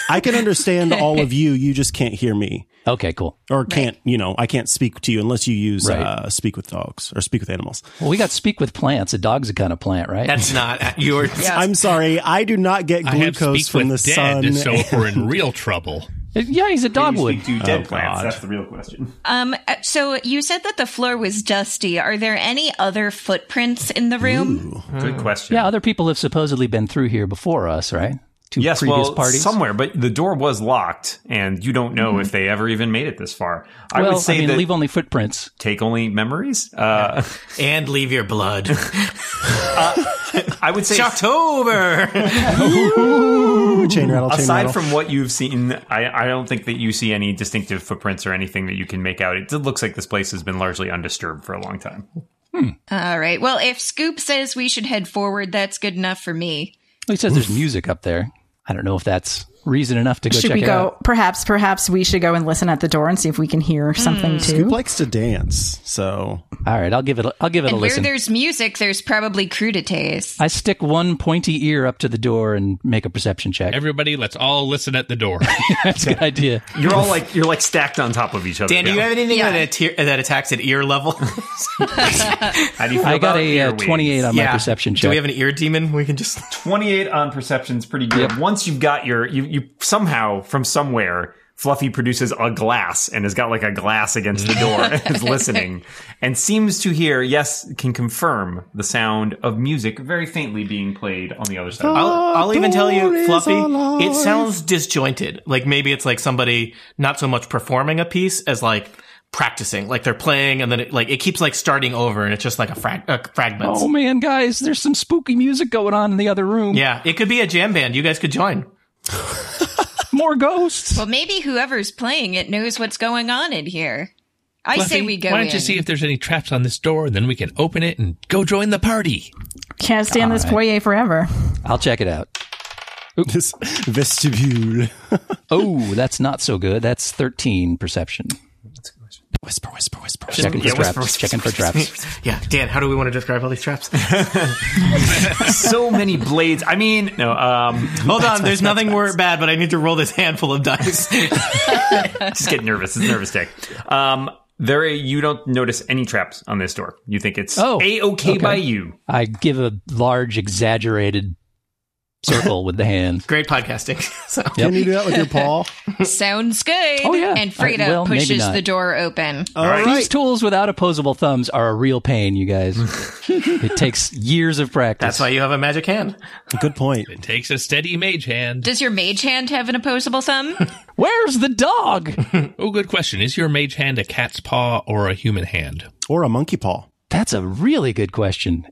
S8: I
S6: <laughs>
S8: can understand all of you. You just can't hear me
S4: Okay, cool.
S8: or can't, you know, I can't speak to you unless you use
S4: Right.
S8: uh, speak with dogs or speak with animals.
S4: Well, we got to speak with plants. A dog's a kind of plant, right?
S2: That's not your.
S8: I'm sorry. I do not get
S6: I have
S8: glucose
S6: speak
S8: from the
S6: with dead,
S8: sun.
S6: so
S8: <laughs>
S6: if we're in
S7: <laughs>
S6: real trouble.
S4: Uh, yeah, he's a dogwood.
S5: do dead plants. That's the real question.
S7: Um, uh, so you said that the floor was dusty. Are there any other footprints in the room?
S5: Good
S4: Hmm.
S5: question.
S4: Yeah, other people have supposedly been through here before us, right? To
S5: yes,
S4: previous
S5: well,
S4: parties. Hmm.
S5: somewhere, but the door was locked, and you don't know if they ever even made it this far. I
S4: well,
S5: would say
S4: I mean,
S5: that
S4: leave only footprints.
S5: take only memories. Uh,
S2: And leave your blood. <laughs>
S5: <laughs> I would say.
S2: It's
S4: <laughs>
S2: October.
S8: Ooh, chain rattle, chain rattle.
S5: Aside from what you've seen, I, I don't think that you see any distinctive footprints or anything that you can make out. It did- looks like this place has been largely undisturbed for a long time.
S7: All right. Well, if Scoop says we should head forward, that's good enough for me.
S4: Well, he says there's music up there. I don't know if that's reason enough to go
S3: Should
S4: check
S3: we
S4: it
S3: go?
S4: out.
S3: Perhaps, perhaps we should go and listen at the door and see if we can hear something
S8: Scoop
S3: too.
S8: likes to dance, so
S4: All right, I'll give it. A, I'll give it a
S7: And where
S4: listen.
S7: there's music, there's probably crudités.
S4: I stick one pointy ear up to the door and make a perception check.
S6: Everybody, let's all listen at the door.
S4: <laughs>
S6: <laughs>
S4: That's a
S2: <laughs>
S4: good idea.
S5: You're all like you're like stacked on top of each other.
S2: Dan, do you
S5: now.
S2: have anything
S7: Yeah.
S2: that, atte- that attacks at ear level? <laughs>
S5: How do you feel
S4: I got
S5: about
S4: a uh,
S5: earwigs?
S4: 28 on my perception check.
S2: Do we have an ear demon? We can just.
S5: 28 on perception's pretty good. Once you've got your, you, you somehow from somewhere, Fluffy produces a glass and has got like a glass against the door and is listening and seems to hear, yes, can confirm the sound of music very faintly being played on the other side.
S2: I'll, I'll even tell
S8: door
S2: you,
S8: is
S2: Fluffy,
S8: alive.
S2: it sounds disjointed. Like maybe it's like somebody not so much performing a piece as like practicing. Like they're playing and then it like it keeps like starting over and it's just like a, frag- a fragment.
S4: oh man, guys, there's some spooky music going on in the other room.
S2: Yeah, it could be a jam band. You guys could join.
S4: More ghosts.
S7: Well, maybe whoever's playing it knows what's going on in here. I say
S6: Fluffy,
S7: we go
S6: Why don't
S7: in.
S6: you see if there's any traps on this door, and then we can open it and go join the party.
S3: Can't stand this foyer forever.
S4: I'll check it out.
S8: this <laughs> vestibule.
S4: Oh, that's not so good. That's 13 perception.
S8: Whisper, whisper, whisper.
S4: Checking for traps. Checking for traps.
S2: <laughs> Yeah, Dan, how do we want to describe all these <laughs> traps?
S5: so many blades. I mean, no, um, <laughs>
S2: Hold on, there's nothing more bad, but I need to roll this handful of <laughs> dice.
S5: just get nervous. It's a nervous tick. Um, there, you don't notice any traps on this door. You think it's
S4: Oh,
S5: a-okay by you.
S4: I give a large, exaggerated circle with
S2: <laughs>
S4: the hand.
S2: Great podcasting. So,
S8: Can you do that with your paw?
S7: Sounds good.
S4: Oh, yeah.
S7: And
S4: All right,
S7: Freda
S4: well, maybe
S7: pushes
S4: not.
S7: the door open.
S8: All right.
S4: These tools without opposable thumbs are a real pain,
S2: <laughs>
S4: you guys. it takes years of practice.
S2: that's why you have a magic hand.
S8: Good point.
S6: It takes a steady mage hand.
S7: Does your mage hand have an opposable
S6: <laughs>
S7: thumb?
S4: Where's the dog?
S6: Oh, good question. Is your mage hand a cat's paw or a human hand?
S8: Or a monkey paw.
S4: <laughs> That's a really good question.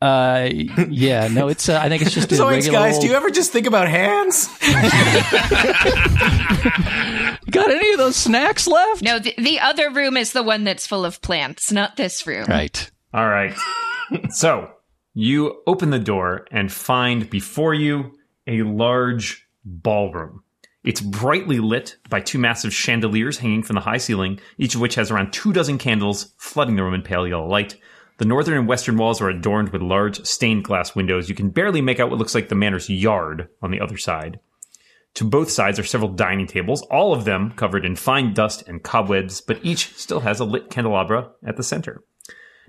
S4: Uh, yeah, no, it's. Uh, I think it's
S2: <laughs>
S4: just a
S2: Zoinks,
S4: regular.
S2: guys,
S4: old-
S2: do you ever just think about hands?
S4: got any of those snacks left?
S7: no, the, the other room is the one that's full of plants, not this room.
S4: Right.
S5: All right. so you open the door and find before you a large ballroom. It's brightly lit by two massive chandeliers hanging from the high ceiling, each of which has around two dozen candles flooding the room in pale yellow light. The northern and western walls are adorned with large stained glass windows. You can barely make out what looks like the manor's yard on the other side. To both sides are several dining tables, all of them covered in fine dust and cobwebs, but each still has a lit candelabra at the center.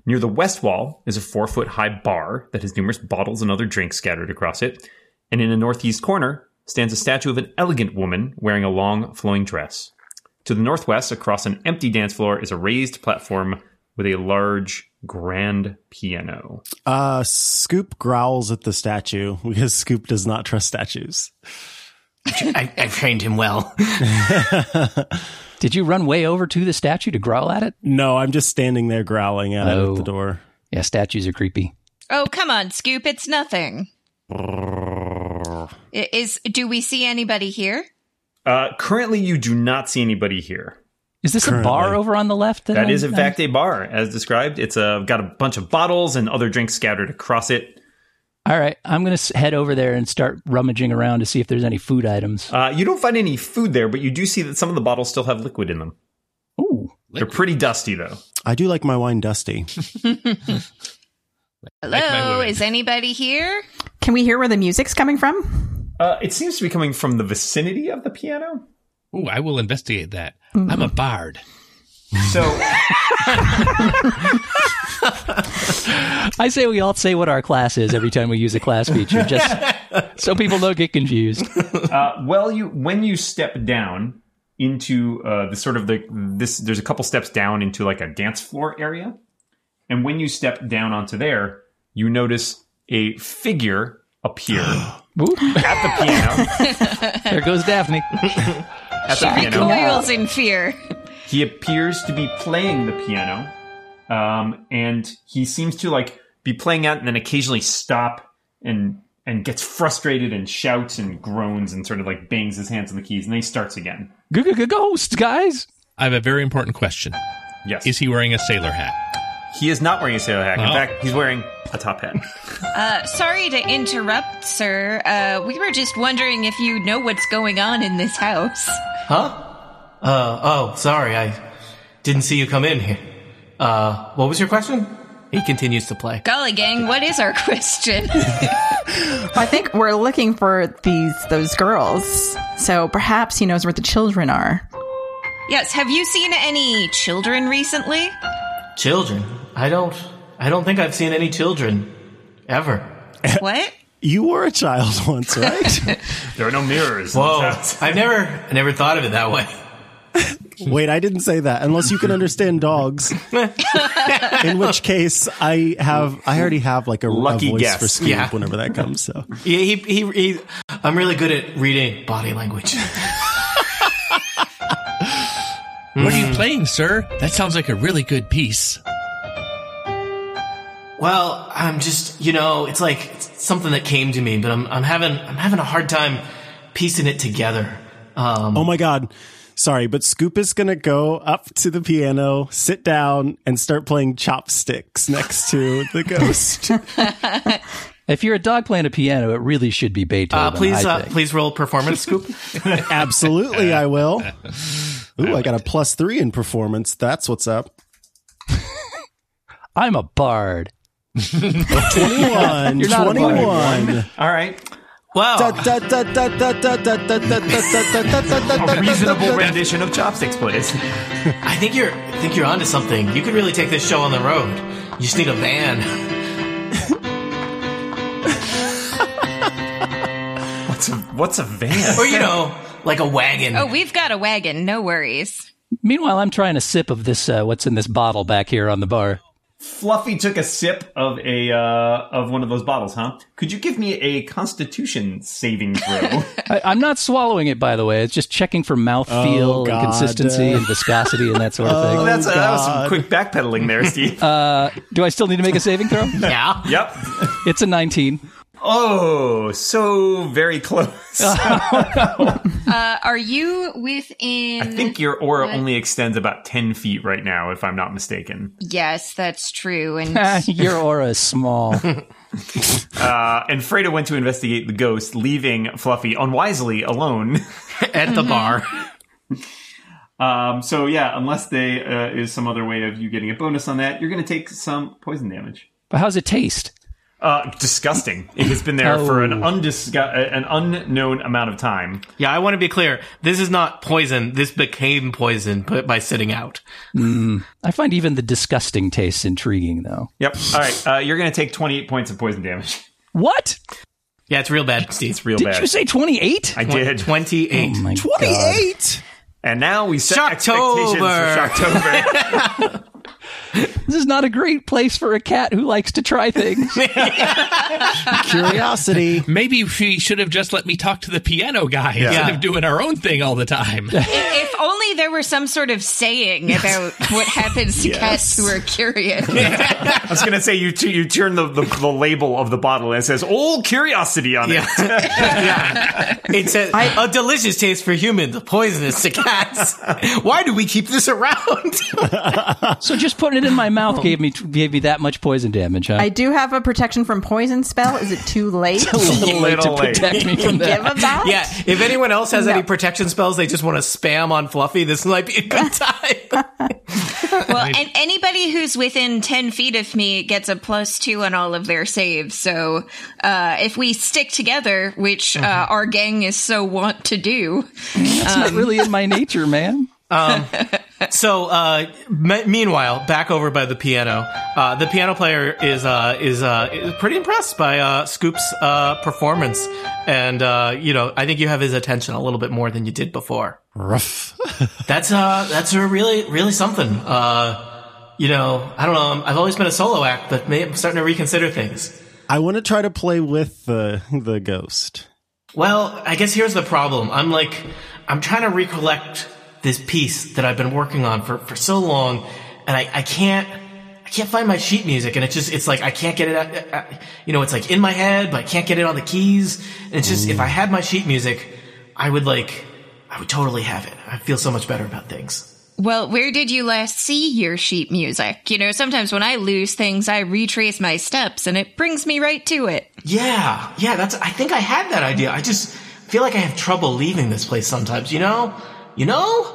S5: Near the west wall is a four foot high bar that has numerous bottles and other drinks scattered across it. And in a northeast corner stands a statue of an elegant woman wearing a long flowing dress. To the northwest, across an empty dance floor, is a raised platform with a large grand piano.
S8: Uh, Scoop growls at the statue <laughs> because Scoop does not trust statues.
S2: I, I've trained him well.
S4: Did you run way over to the statue to growl at it?
S8: No, I'm just standing there growling at it
S4: Oh.
S8: at the door.
S4: Yeah, statues are creepy.
S7: Oh, come on, Scoop. It's nothing. I- Is do we see anybody here?
S5: Uh, currently, you do not see anybody here.
S4: Is this
S8: Currently.
S4: a bar over on the left?
S5: That is, in
S4: I'm-
S5: fact, a bar, as described. It's uh, got a bunch of bottles and other drinks scattered across it.
S4: All right, I'm gonna s- head over there and start rummaging around to see if there's any food items.
S5: Uh, you don't find any food there, but you do see that some of the bottles still have liquid in them.
S4: Ooh,
S5: They're pretty dusty, though.
S8: I do like my wine dusty.
S6: my
S7: Hello,
S6: women.
S7: is anybody here?
S3: Can we hear where the music's coming from?
S5: Uh, it seems to be coming from the vicinity of the piano.
S6: Ooh, I will investigate that.
S7: Mm-hmm.
S6: I'm a bard.
S5: <laughs> So
S4: I say we all say what our class is every time we use a class feature, just so people don't get confused.
S5: uh, well, you when you step down into uh, the sort of the this, there's a couple steps down into like a dance floor area, and when you step down onto there, you notice a figure appear at
S4: Ooh,
S5: the piano.
S4: there goes Daphne.
S5: At the piano,
S7: Coils in fear.
S5: he appears to be playing the piano um, and he seems to like be playing out and then occasionally stop and and gets frustrated and shouts and groans and sort of like bangs his hands on the keys and then he starts again
S4: Ghosts, guys.
S6: I have a very important question.
S5: yes
S6: Is he wearing a sailor hat?
S5: He is not wearing a sailor hat. In
S6: Oh.
S5: fact, he's wearing a top <laughs> hat.
S7: Uh, sorry to interrupt, sir. Uh, we were just wondering if you know what's going on in this house.
S2: Huh? Uh, oh, sorry, I didn't see you come in here. Uh, what was your question? He continues to play.
S7: Golly gang, what is our <laughs> question?
S3: I think we're looking for these those girls. So perhaps he knows where the children are.
S7: yes, have you seen any
S5: <laughs>
S7: children recently?
S2: Children? I don't, I don't think I've seen any children. Ever.
S7: What?
S8: <laughs> You were a child <laughs> once, right?
S5: There are no mirrors. in
S2: Whoa.
S5: this house.
S2: I've never, I never thought of it that way.
S8: Wait, I didn't say that. Unless you can understand dogs, in which case I have I already have like a, a
S5: Lucky
S8: voice
S5: guess.
S8: for Scoop
S2: Yeah.
S8: whenever that comes. So
S2: Yeah, he, he, he, I'm really good at reading body language.
S6: What are you
S8: Hmm.
S6: playing, sir? That sounds like a really good piece.
S2: Well, I'm just, you know, it's like it's something that came to me, but I'm, I'm having, I'm having a hard time piecing it together. Um,
S8: oh my god, sorry, but Scoop is gonna go up to the piano, sit down, and start playing chopsticks next to the ghost.
S4: If you're a dog playing a piano, it really should be Beethoven.
S2: uh, please,
S4: Oh, I
S2: uh,
S4: think.
S2: please roll performance scoop.
S8: <laughs> Absolutely, I will. Ooh, I got a plus three in performance. That's what's <laughs> up.
S4: I'm a bard.
S8: 21,
S4: You're not a bard.
S8: 21.
S5: All right.
S2: Wow.
S8: Da, da, da, da, da, da, da, da, da, da, da, da, da, da, da,
S5: A reasonable <laughs>
S8: da, da.
S5: rendition of chopsticks, please.
S2: I think you're I think you're onto something. You could really take this show on the road. You just need a van. <laughs>
S5: What's a, <laughs> what's a van?
S2: Or you know, like a wagon.
S7: Oh, we've got a wagon, no worries.
S4: Meanwhile, I'm trying a sip of this. Uh, what's in this bottle back here on the bar?
S5: Fluffy took a sip of a uh, of one of those bottles, huh? Could you give me a Constitution saving throw? <laughs>
S4: I, I'm not swallowing it, by the way. It's just checking for
S8: Oh,
S4: mouthfeel and
S8: God. Oh.
S4: consistency and viscosity and that sort
S8: <laughs>
S4: of thing.
S5: well, Oh, that's that was some
S8: God.
S5: quick backpedaling there, Steve.
S4: Do I still need to make a saving
S8: <laughs>
S4: throw?
S2: Yeah.
S5: yep.
S4: It's a 19.
S5: Oh, so very close.
S7: Uh, are you within?
S5: I think your aura only extends about ten feet right now, if I'm not mistaken.
S7: yes, that's true. And
S4: Ah,
S5: <laughs>
S4: Your aura is
S8: <laughs>
S4: small.
S5: Uh, and Freda went to investigate the ghost, leaving Fluffy unwisely alone.
S2: <laughs>
S5: <laughs>
S2: At the bar.
S5: Um, so yeah, unless they uh, is some other way of you getting a bonus on that, you're going to take some poison damage.
S4: But how's it taste?
S5: Uh, disgusting. It has been there for an undisgu- uh, an unknown amount of time.
S2: Yeah, I want to be clear. This is not poison. This became poison but by sitting out.
S4: I find even the disgusting taste intriguing, though.
S5: Yep. All right. Uh, you're going to take 28 points of poison damage.
S4: What?
S2: Yeah, it's real bad, Steve.
S5: Real
S4: Did
S5: bad.
S4: you say 28?
S5: I did.
S2: Twenty eight.
S4: Oh my God.
S8: 28.
S5: And now we set expectations for
S2: Shocktober.
S5: Shocktober.
S4: This is not a great place for a cat who likes to try things.
S8: Curiosity. <laughs>
S6: Maybe she should have just let me talk to the piano guy instead of doing our own thing all the time.
S7: if only there were some sort of saying about what happens to cats who are curious. <laughs>
S5: I was going to say you t- you turn the, the, the label of the bottle and it says "All Curiosity" on <laughs>
S2: Yeah.
S5: it.
S2: <laughs> yeah. It says a delicious taste for humans, poisonous <laughs> to cats. Why do we keep this around?
S4: so just putting it in my mouth gave me gave me that much poison damage, huh?
S3: I do have a protection from poison spell. Is it too late?
S4: a little late to
S5: Little late.
S4: protect me from
S3: Give
S4: that.
S3: them that?
S2: yeah. If anyone else has
S3: No.
S2: any protection spells they just want to spam on Fluffy, this might be a <laughs> good time.
S7: Well, and anybody who's within 10 feet of me gets a plus two on all of their saves. So uh, if we stick together, which uh, our gang is so want to do,
S4: It's not really in my nature, man.
S2: So, uh, me- meanwhile, back over by the piano, uh, the piano player is uh, is, uh, is pretty impressed by uh, Scoop's uh, performance, and uh, you know, I think you have his attention a little bit more than you did before.
S8: Rough.
S2: That's uh, that's a really really something. Uh, you know, I don't know. I've always been a solo act, but may- I'm starting to reconsider things.
S8: I want to try to play with the the ghost.
S2: Well, I guess here's the problem. I'm like, I'm trying to recollect this piece that I've been working on for, for so long, and I, I can't, I can't find my sheet music, and it's just, it's like, I can't get it out, uh, you know, it's like in my head, but I can't get it on the keys, and it's just, if I had my sheet music, I would like, I would totally have it. I feel so much better about things.
S7: well, where did you last see your sheet music? You know, sometimes when I lose things, I retrace my steps and it brings me right to it.
S2: Yeah, yeah, that's. I think I had that idea. I just feel like I have trouble leaving this place sometimes. You know, you know.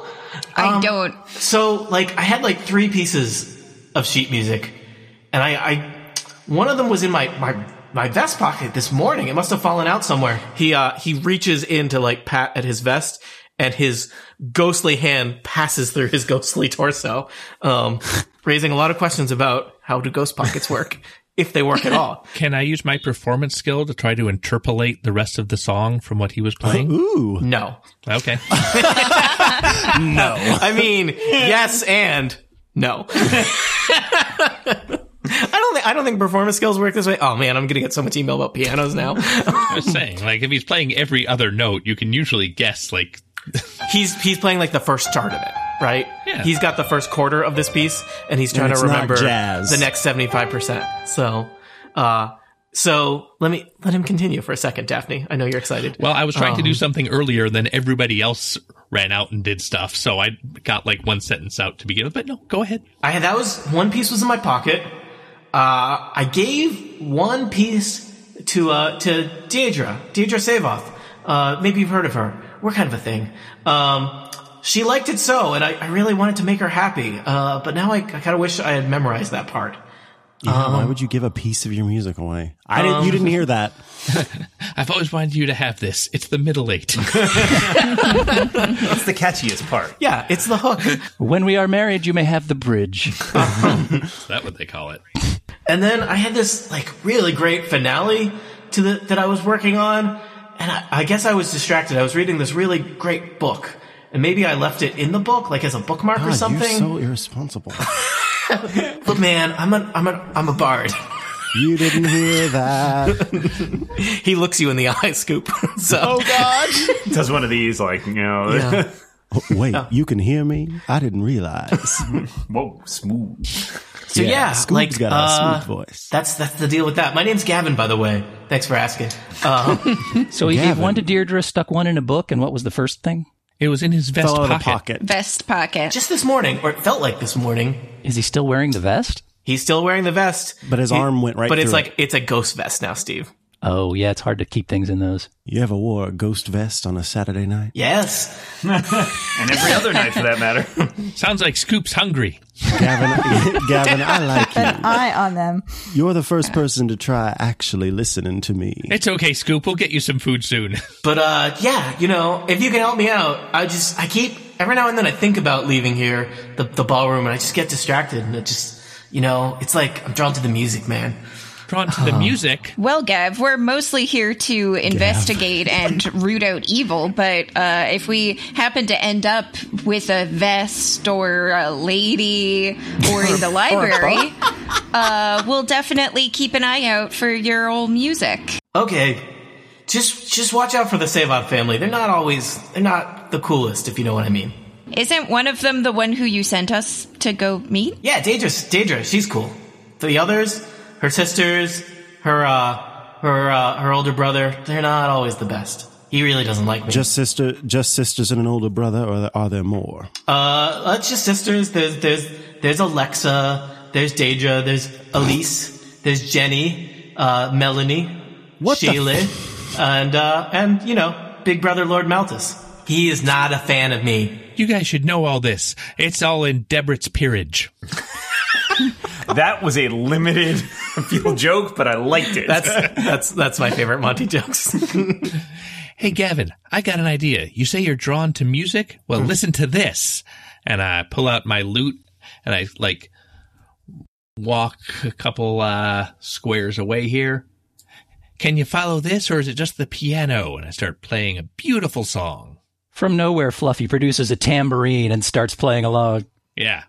S7: I
S2: Um,
S7: don't.
S2: So, like, I had like three pieces of sheet music, and I, I one of them was in my my my vest pocket this morning. It must have fallen out somewhere. He uh he reaches in to like pat at his vest, and his ghostly hand passes through his <laughs> ghostly torso, um, raising a lot of questions about how do ghost pockets work, if they work at
S7: <laughs>
S2: all.
S6: <laughs> Can I use my performance skill to try to interpolate the rest of the song from what he was playing?
S8: Ooh.
S2: No,
S8: <laughs>
S6: okay.
S2: I mean, yes and no. <laughs> I don't think I don't think performance skills work this way. Oh man, I'm gonna get so much email about pianos now. <laughs>
S6: I was saying, like, if he's playing every other note, you can usually guess, like,
S2: he's he's playing like the first chart of it, right?
S6: Yeah.
S2: He's got the first quarter of this piece, and he's trying
S8: it's
S2: to
S8: not
S2: remember
S8: jazz.
S2: the next seventy five percent. So, uh, so let me let him continue for a second, Daphne. I know you're excited.
S6: well, I was trying
S8: Oh.
S6: to do something earlier than everybody else ran out and did stuff. So I got like one sentence out to begin with, but no, go ahead.
S2: I that was one piece was in my pocket. Uh, I gave one piece to uh, to Deirdre, Deirdre Savoth. Uh, maybe you've heard of her. We're kind of a thing. Um, she liked it so, and I, I really wanted to make her happy. Uh, but now I, I kind of wish I had memorized that part.
S8: Yeah, why would you give a piece of your music away? I didn't. You didn't hear that.
S6: I've always wanted you to have this. It's the middle eight. <laughs>
S9: That's the catchiest part.
S2: Yeah, it's the
S8: <laughs>
S2: hook.
S4: When we are married, you may have the bridge.
S6: Is that what they call it?
S2: And then I had this like really great finale to the that I was working on, and I, I guess I was distracted. I was reading this really great book, and maybe I left it in the book, like as a bookmark
S8: God,
S2: or
S8: you're
S2: something.
S8: so irresponsible.
S2: But man, I'm an I'm an I'm a bard.
S8: you didn't hear <laughs> that.
S2: He looks you in the <laughs> eye, Scoop.
S5: Oh,
S2: so
S8: God.
S5: <laughs> Does one of these like you know?
S8: Wait, you can hear me? I didn't realize.
S5: <laughs> Whoa, smooth.
S2: so yeah,
S8: Scoob's
S2: like
S8: got a
S2: uh,
S8: smooth voice.
S2: that's that's the deal with that. My name's Gavin, by the way. Thanks for asking. Uh,
S4: So he gave
S8: Gavin.
S4: one to Deirdre, stuck one in a book, and what was the first thing?
S6: It was in his vest
S8: Fell out
S6: pocket.
S8: of pocket.
S7: Vest pocket.
S2: just this morning, or it felt like this morning.
S4: Is he still wearing the vest?
S2: He's still wearing the vest,
S8: But his
S2: He-
S8: arm went right
S2: But it's
S8: through
S2: like it's a ghost vest now, Steve.
S4: Oh, yeah, it's hard to keep things in those.
S8: You ever wore a ghost vest on a Saturday <laughs> night?
S2: Yes,
S5: And every other night for that matter. <laughs>
S6: Sounds like Scoop's hungry.
S8: <laughs> Gavin, Gavin, I like you.
S3: Eye on them.
S8: You're the first person to try actually listening to me.
S6: It's okay, Scoop. We'll get you some food soon. <laughs>
S2: But uh, yeah, you know, if you can help me out, I just I keep every now and then I think about leaving here, the the ballroom, and I just get distracted, and it just you know, it's like I'm drawn to the music, man.
S6: Drawn to the music.
S7: Well, Gav, we're mostly here to investigate and root out evil, but uh, if we happen to end up with a vest or a lady or in the library, uh, we'll definitely keep an eye out for your old music.
S2: Okay, just just watch out for the Savon family. They're not always they're not the coolest, if you know what I mean.
S7: Isn't one of them the one who you sent us to go meet?
S2: Yeah, Daedra, Daedra, she's cool. The others, her sisters, her uh, her uh, her older brother, they're not always the best. He really doesn't like me.
S8: Just sister, just sisters and an older brother, or are there more?
S2: Uh, let's just sisters. There's there's there's Alexa. There's Daedra. There's Elise. There's Jenny. Uh, Melanie.
S8: What the
S2: Sheila. and uh, and you know, Big Brother Lord Malthus. He is not a fan of me.
S6: You guys should know all this. It's all in Deborah's peerage.
S5: That was a limited <laughs> field joke, but I liked it.
S2: That's that's that's my favorite Monty <laughs> jokes. Uh,
S6: Hey, Gavin, I got an idea. You say you're drawn to music? Well, listen to this. And I pull out my lute and I like walk a couple uh, squares away here. Can you follow this or is it just the piano? And I start playing a beautiful song.
S4: From nowhere, Fluffy produces a tambourine and starts playing along.
S6: Yeah.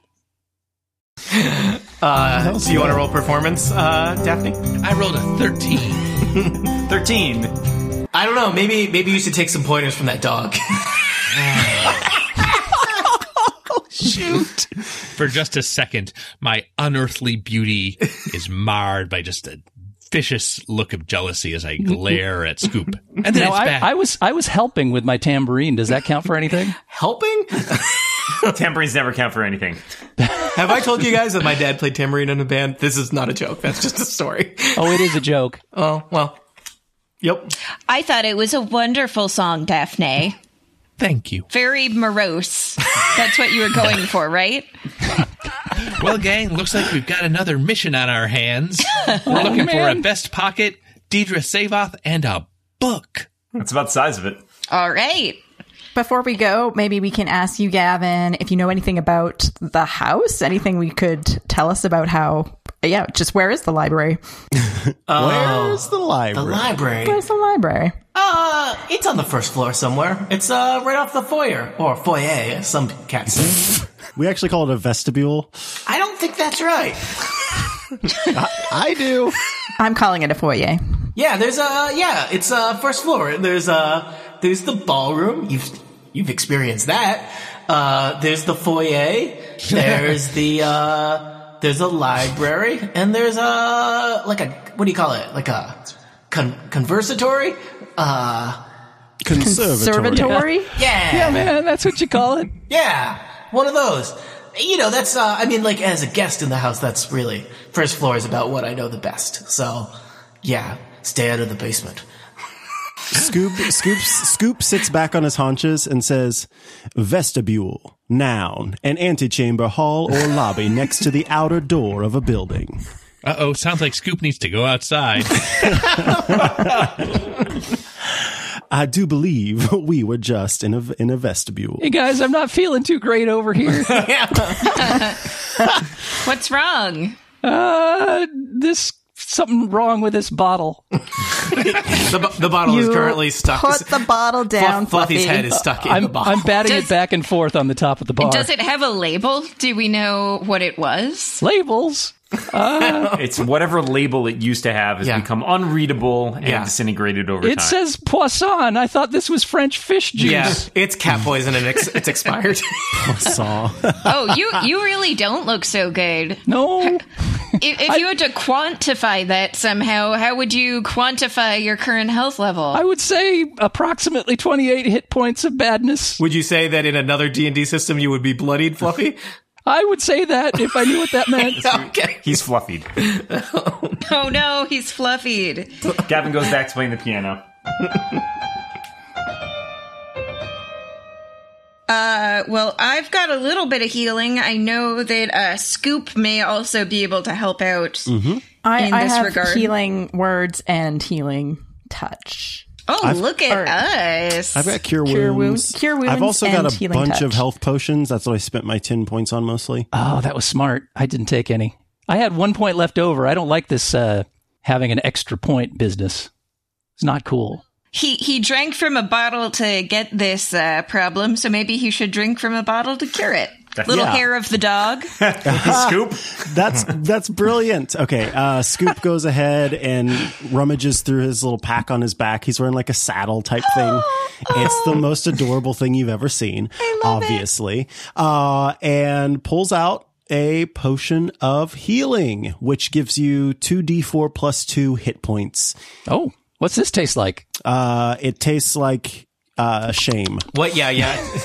S2: Uh, do you want to roll performance, uh, Daphne?
S6: I rolled a 13.
S5: 13.
S2: I don't know. Maybe maybe you should take some pointers from that dog. <laughs>
S6: For just a second, my unearthly beauty is marred by just a vicious look of jealousy as I glare at Scoop. And then
S4: Now,
S6: it's
S4: I, <laughs>
S6: back.
S4: I was I was helping with my tambourine. Does that count for anything?
S2: Helping?
S5: Tambourines never count for anything.
S2: Have I told you guys that my dad played tambourine in a band? This is not a joke. That's just a story.
S4: Oh, it is a joke.
S2: <laughs> Oh, well. Yep.
S7: I thought it was a wonderful song, Daphne.
S6: Thank you.
S7: Very morose. That's what you were going for, right?
S6: Well, gang, looks like we've got another mission on our hands. We're looking for a best pocket, Deidre Savoth, and a book.
S5: That's about the size of it.
S7: All right.
S3: Before we go, maybe we can ask you, Gavin, if you know anything about the house, anything we could tell us about how, yeah, just where is the library?
S8: Where's Oh. the library?
S2: library.
S3: Where's the library?
S2: Uh, it's on the first floor somewhere. It's uh right off the foyer or foyer, as some cats. say. <laughs>
S8: we actually call it a vestibule.
S2: I don't think that's right.
S8: I do.
S3: I'm calling it a foyer.
S2: Yeah, there's a yeah, it's uh first floor. There's uh there's the ballroom. You've you've experienced that. Uh, there's the foyer. There's the uh there's a library and there's a like a what do you call it? Like a con- conversatory. Uh,
S8: Conservatory. <laughs>
S3: Conservatory?
S2: yeah.
S4: Yeah, man, that's what you call it.
S2: Yeah, one of those. You know, that's, uh, I mean, like, as a guest in the house, that's really, first floor is about what I know the best. So, yeah, stay out of the basement. <laughs>
S8: Scoop, Scoop, Scoop sits back on his haunches and says, "Vestibule, noun, an antechamber, hall, or lobby next to the outer door of a building."
S6: Uh oh, sounds like Scoop needs to go outside.
S8: I do believe we were just in a in a vestibule.
S4: Hey guys, I'm not feeling too great over <laughs> here.
S7: What's wrong?
S4: Uh, this something wrong with
S2: <laughs>
S4: this bottle.
S2: The, bo- the bottle is currently stuck.
S3: Put the bottle down.
S2: Fluff- Fluffy's
S3: Fluffy.
S2: head is stuck in the
S4: I'm
S2: bottle.
S4: I'm batting
S7: Does-
S4: it back and forth on the top of the bar.
S7: Does it have a label? Do we know what it was?
S4: Labels.
S5: It's whatever label it used to have has
S2: Yeah.
S5: become unreadable and
S2: Yeah.
S5: disintegrated over
S4: It
S5: time.
S4: says poisson. I thought this was French fish juice.
S2: yeah, it's cat poison and ex- it's <laughs> expired.
S8: Saw.
S7: Oh, you you really don't look so good.
S4: No.
S7: If, if you had to quantify that somehow, how would you quantify your current health level?
S4: I would say approximately 28 hit points of badness.
S2: Would you say that in another D&D system you would be bloodied, <laughs> Fluffy?
S4: I would say that if I knew what that
S2: <laughs>
S4: meant.
S2: okay.
S5: He's fluffied.
S7: <laughs> oh no, he's fluffied.
S5: Gavin goes back to playing the piano.
S7: Uh, well, I've got a little bit of healing. I know that uh, Scoop may also be able to help out.
S8: Mm-hmm.
S3: I,
S7: in
S3: I
S7: this
S3: have
S7: regard.
S3: healing words and healing touch.
S7: Oh, look at us.
S8: I've got cure,
S3: Cure
S8: wounds.
S3: wound- cure wounds
S8: I've also
S3: and
S8: got a
S3: healing
S8: bunch of
S3: touch.
S8: health potions. That's what I spent my ten points on mostly.
S4: Oh, that was smart. I didn't take any. I had one point left over. I don't like this uh, having an extra point business. It's not cool.
S7: he he drank from a bottle to get this uh, problem, so maybe he should drink from a bottle to cure it. Little
S8: Yeah.
S7: hair of the dog.
S5: Scoop.
S8: <laughs> That's that's brilliant. Okay, uh, Scoop goes ahead and rummages through his little pack on his back. He's wearing like a saddle type thing. It's the most adorable thing you've ever seen, obviously. Uh, and pulls out a potion of healing, which gives you two d4 plus two hit points.
S4: Oh, what's this taste like?
S8: Uh, it tastes like uh, shame.
S2: What? Yeah, <laughs> yeah.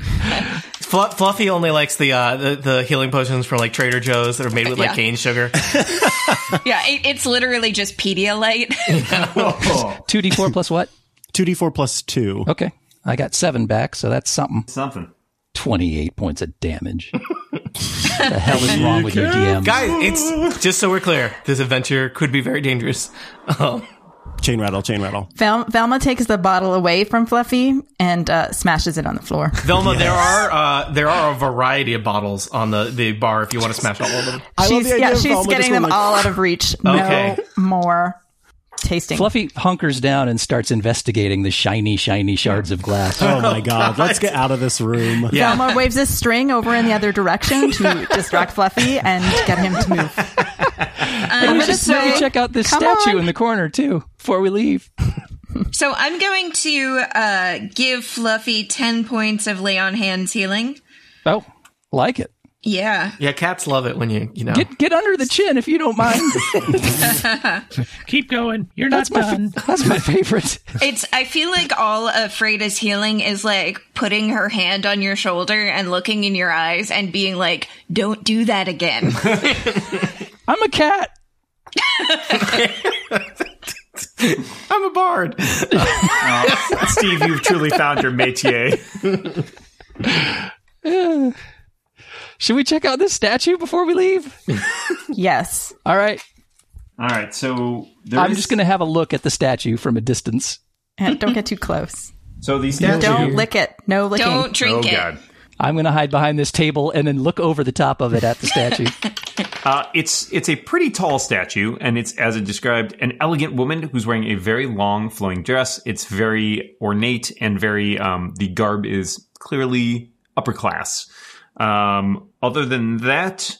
S2: Fl- Fluffy only likes the, uh, the the healing potions from like Trader Joe's that are made with like
S7: Yeah.
S2: cane sugar.
S7: yeah, it, it's literally just Pedialyte.
S2: <laughs>
S4: 2d4 plus what?
S8: Two d4 plus two.
S4: Okay. I got seven back, so that's something.
S5: Something.
S4: 28 points of
S5: <laughs>
S4: damage. what the hell is wrong with you, DM?
S2: Guys, <laughs> it's just so we're clear. This adventure could be very dangerous. Um,
S8: Chain rattle, chain rattle.
S3: Vel- Velma takes the bottle away from Fluffy and uh, smashes it on the floor.
S2: Velma, there are uh, there are a variety of bottles on the, the bar if you want to smash all of them.
S8: I love
S3: she's
S8: the idea
S3: yeah,
S8: of
S3: she's
S8: Velma just
S3: getting
S8: going
S3: them
S8: like,
S3: all out of reach.
S2: Okay.
S3: No more tasting.
S4: Fluffy hunkers down and starts investigating the shiny, shiny shards of glass.
S8: <laughs>
S3: Uh,
S8: Oh my god, let's get out of this room.
S2: Yeah.
S3: Velma waves a string over in the other direction to distract Fluffy and get him to move.
S4: and we should
S3: this way.
S4: maybe check out this
S3: Come
S4: statue
S3: on.
S4: in the corner, too, before we leave.
S7: So I'm going to uh, give Fluffy 10 points of lay on hands healing.
S4: Oh, like it.
S7: Yeah.
S2: <laughs> Yeah, cats love it when you, you know.
S4: Get get under the chin if you don't
S5: <laughs>
S4: mind.
S6: Keep going. You're
S4: That's my that's my favorite.
S7: It's I feel like all of Freida's healing is like putting her hand on your shoulder and looking in your eyes and being like, Don't do that again.
S4: I'm a cat.
S2: I'm a bard.
S5: Steve, you've truly found your métier.
S4: Should we check out this statue before we leave?
S3: Yes.
S4: All right.
S5: All right, so there
S4: I'm
S5: is-
S4: just going to have a look at the statue from a distance.
S3: And don't get too close.
S5: So the statue.
S3: Don't lick it. No licking.
S7: Don't
S5: oh
S7: drink it.
S5: god,
S4: I'm going to hide behind this table and then look over the top of it at the
S5: <laughs>
S4: statue.
S5: uh, it's it's a pretty tall statue, and it's as it described, an elegant woman who's wearing a very long flowing dress. It's very ornate and very. Um, the garb is clearly upper class. Um, other than that,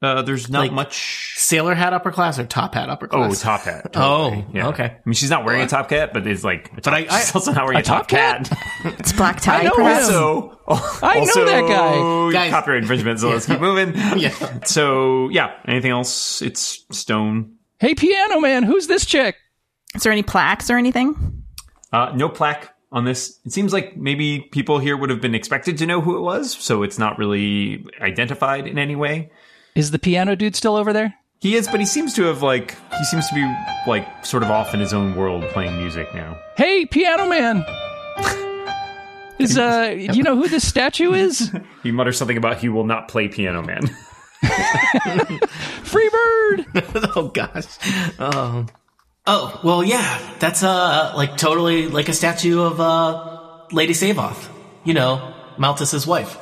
S5: uh, there's not
S2: Like-
S5: much.
S2: Sailor hat upper class or top hat upper
S5: Oh,
S2: class?
S5: top hat.
S2: Oh,
S5: Yeah.
S2: okay.
S5: I mean, she's not wearing a top hat, but it's like. But
S2: I- I-
S5: she's also not wearing a, top,
S4: top hat?
S5: cat.
S3: It's black tie.
S4: know
S3: perhaps.
S4: him.
S5: So
S4: Oh, I know
S5: also,
S4: that guy.
S2: Guys.
S5: Copyright infringement. So let's keep moving.
S2: Yeah.
S5: So yeah. Anything else? It's stone.
S4: hey, piano man, who's this chick?
S3: Is there any plaques or anything?
S5: Uh, no plaque on this. It seems like maybe people here would have been expected to know who it was, so it's not really identified in any way.
S4: Is the piano dude still over there?
S5: He is, but he seems to have like he seems to be like sort of off in his own world playing music now.
S4: Hey, piano man. Is uh you know who this statue is?
S5: He mutters something about he will not play piano man. <laughs>
S4: Free bird.
S2: oh gosh. Um, oh well, yeah. That's uh like totally like a statue of uh Lady Savoth. You know, Malthus's wife,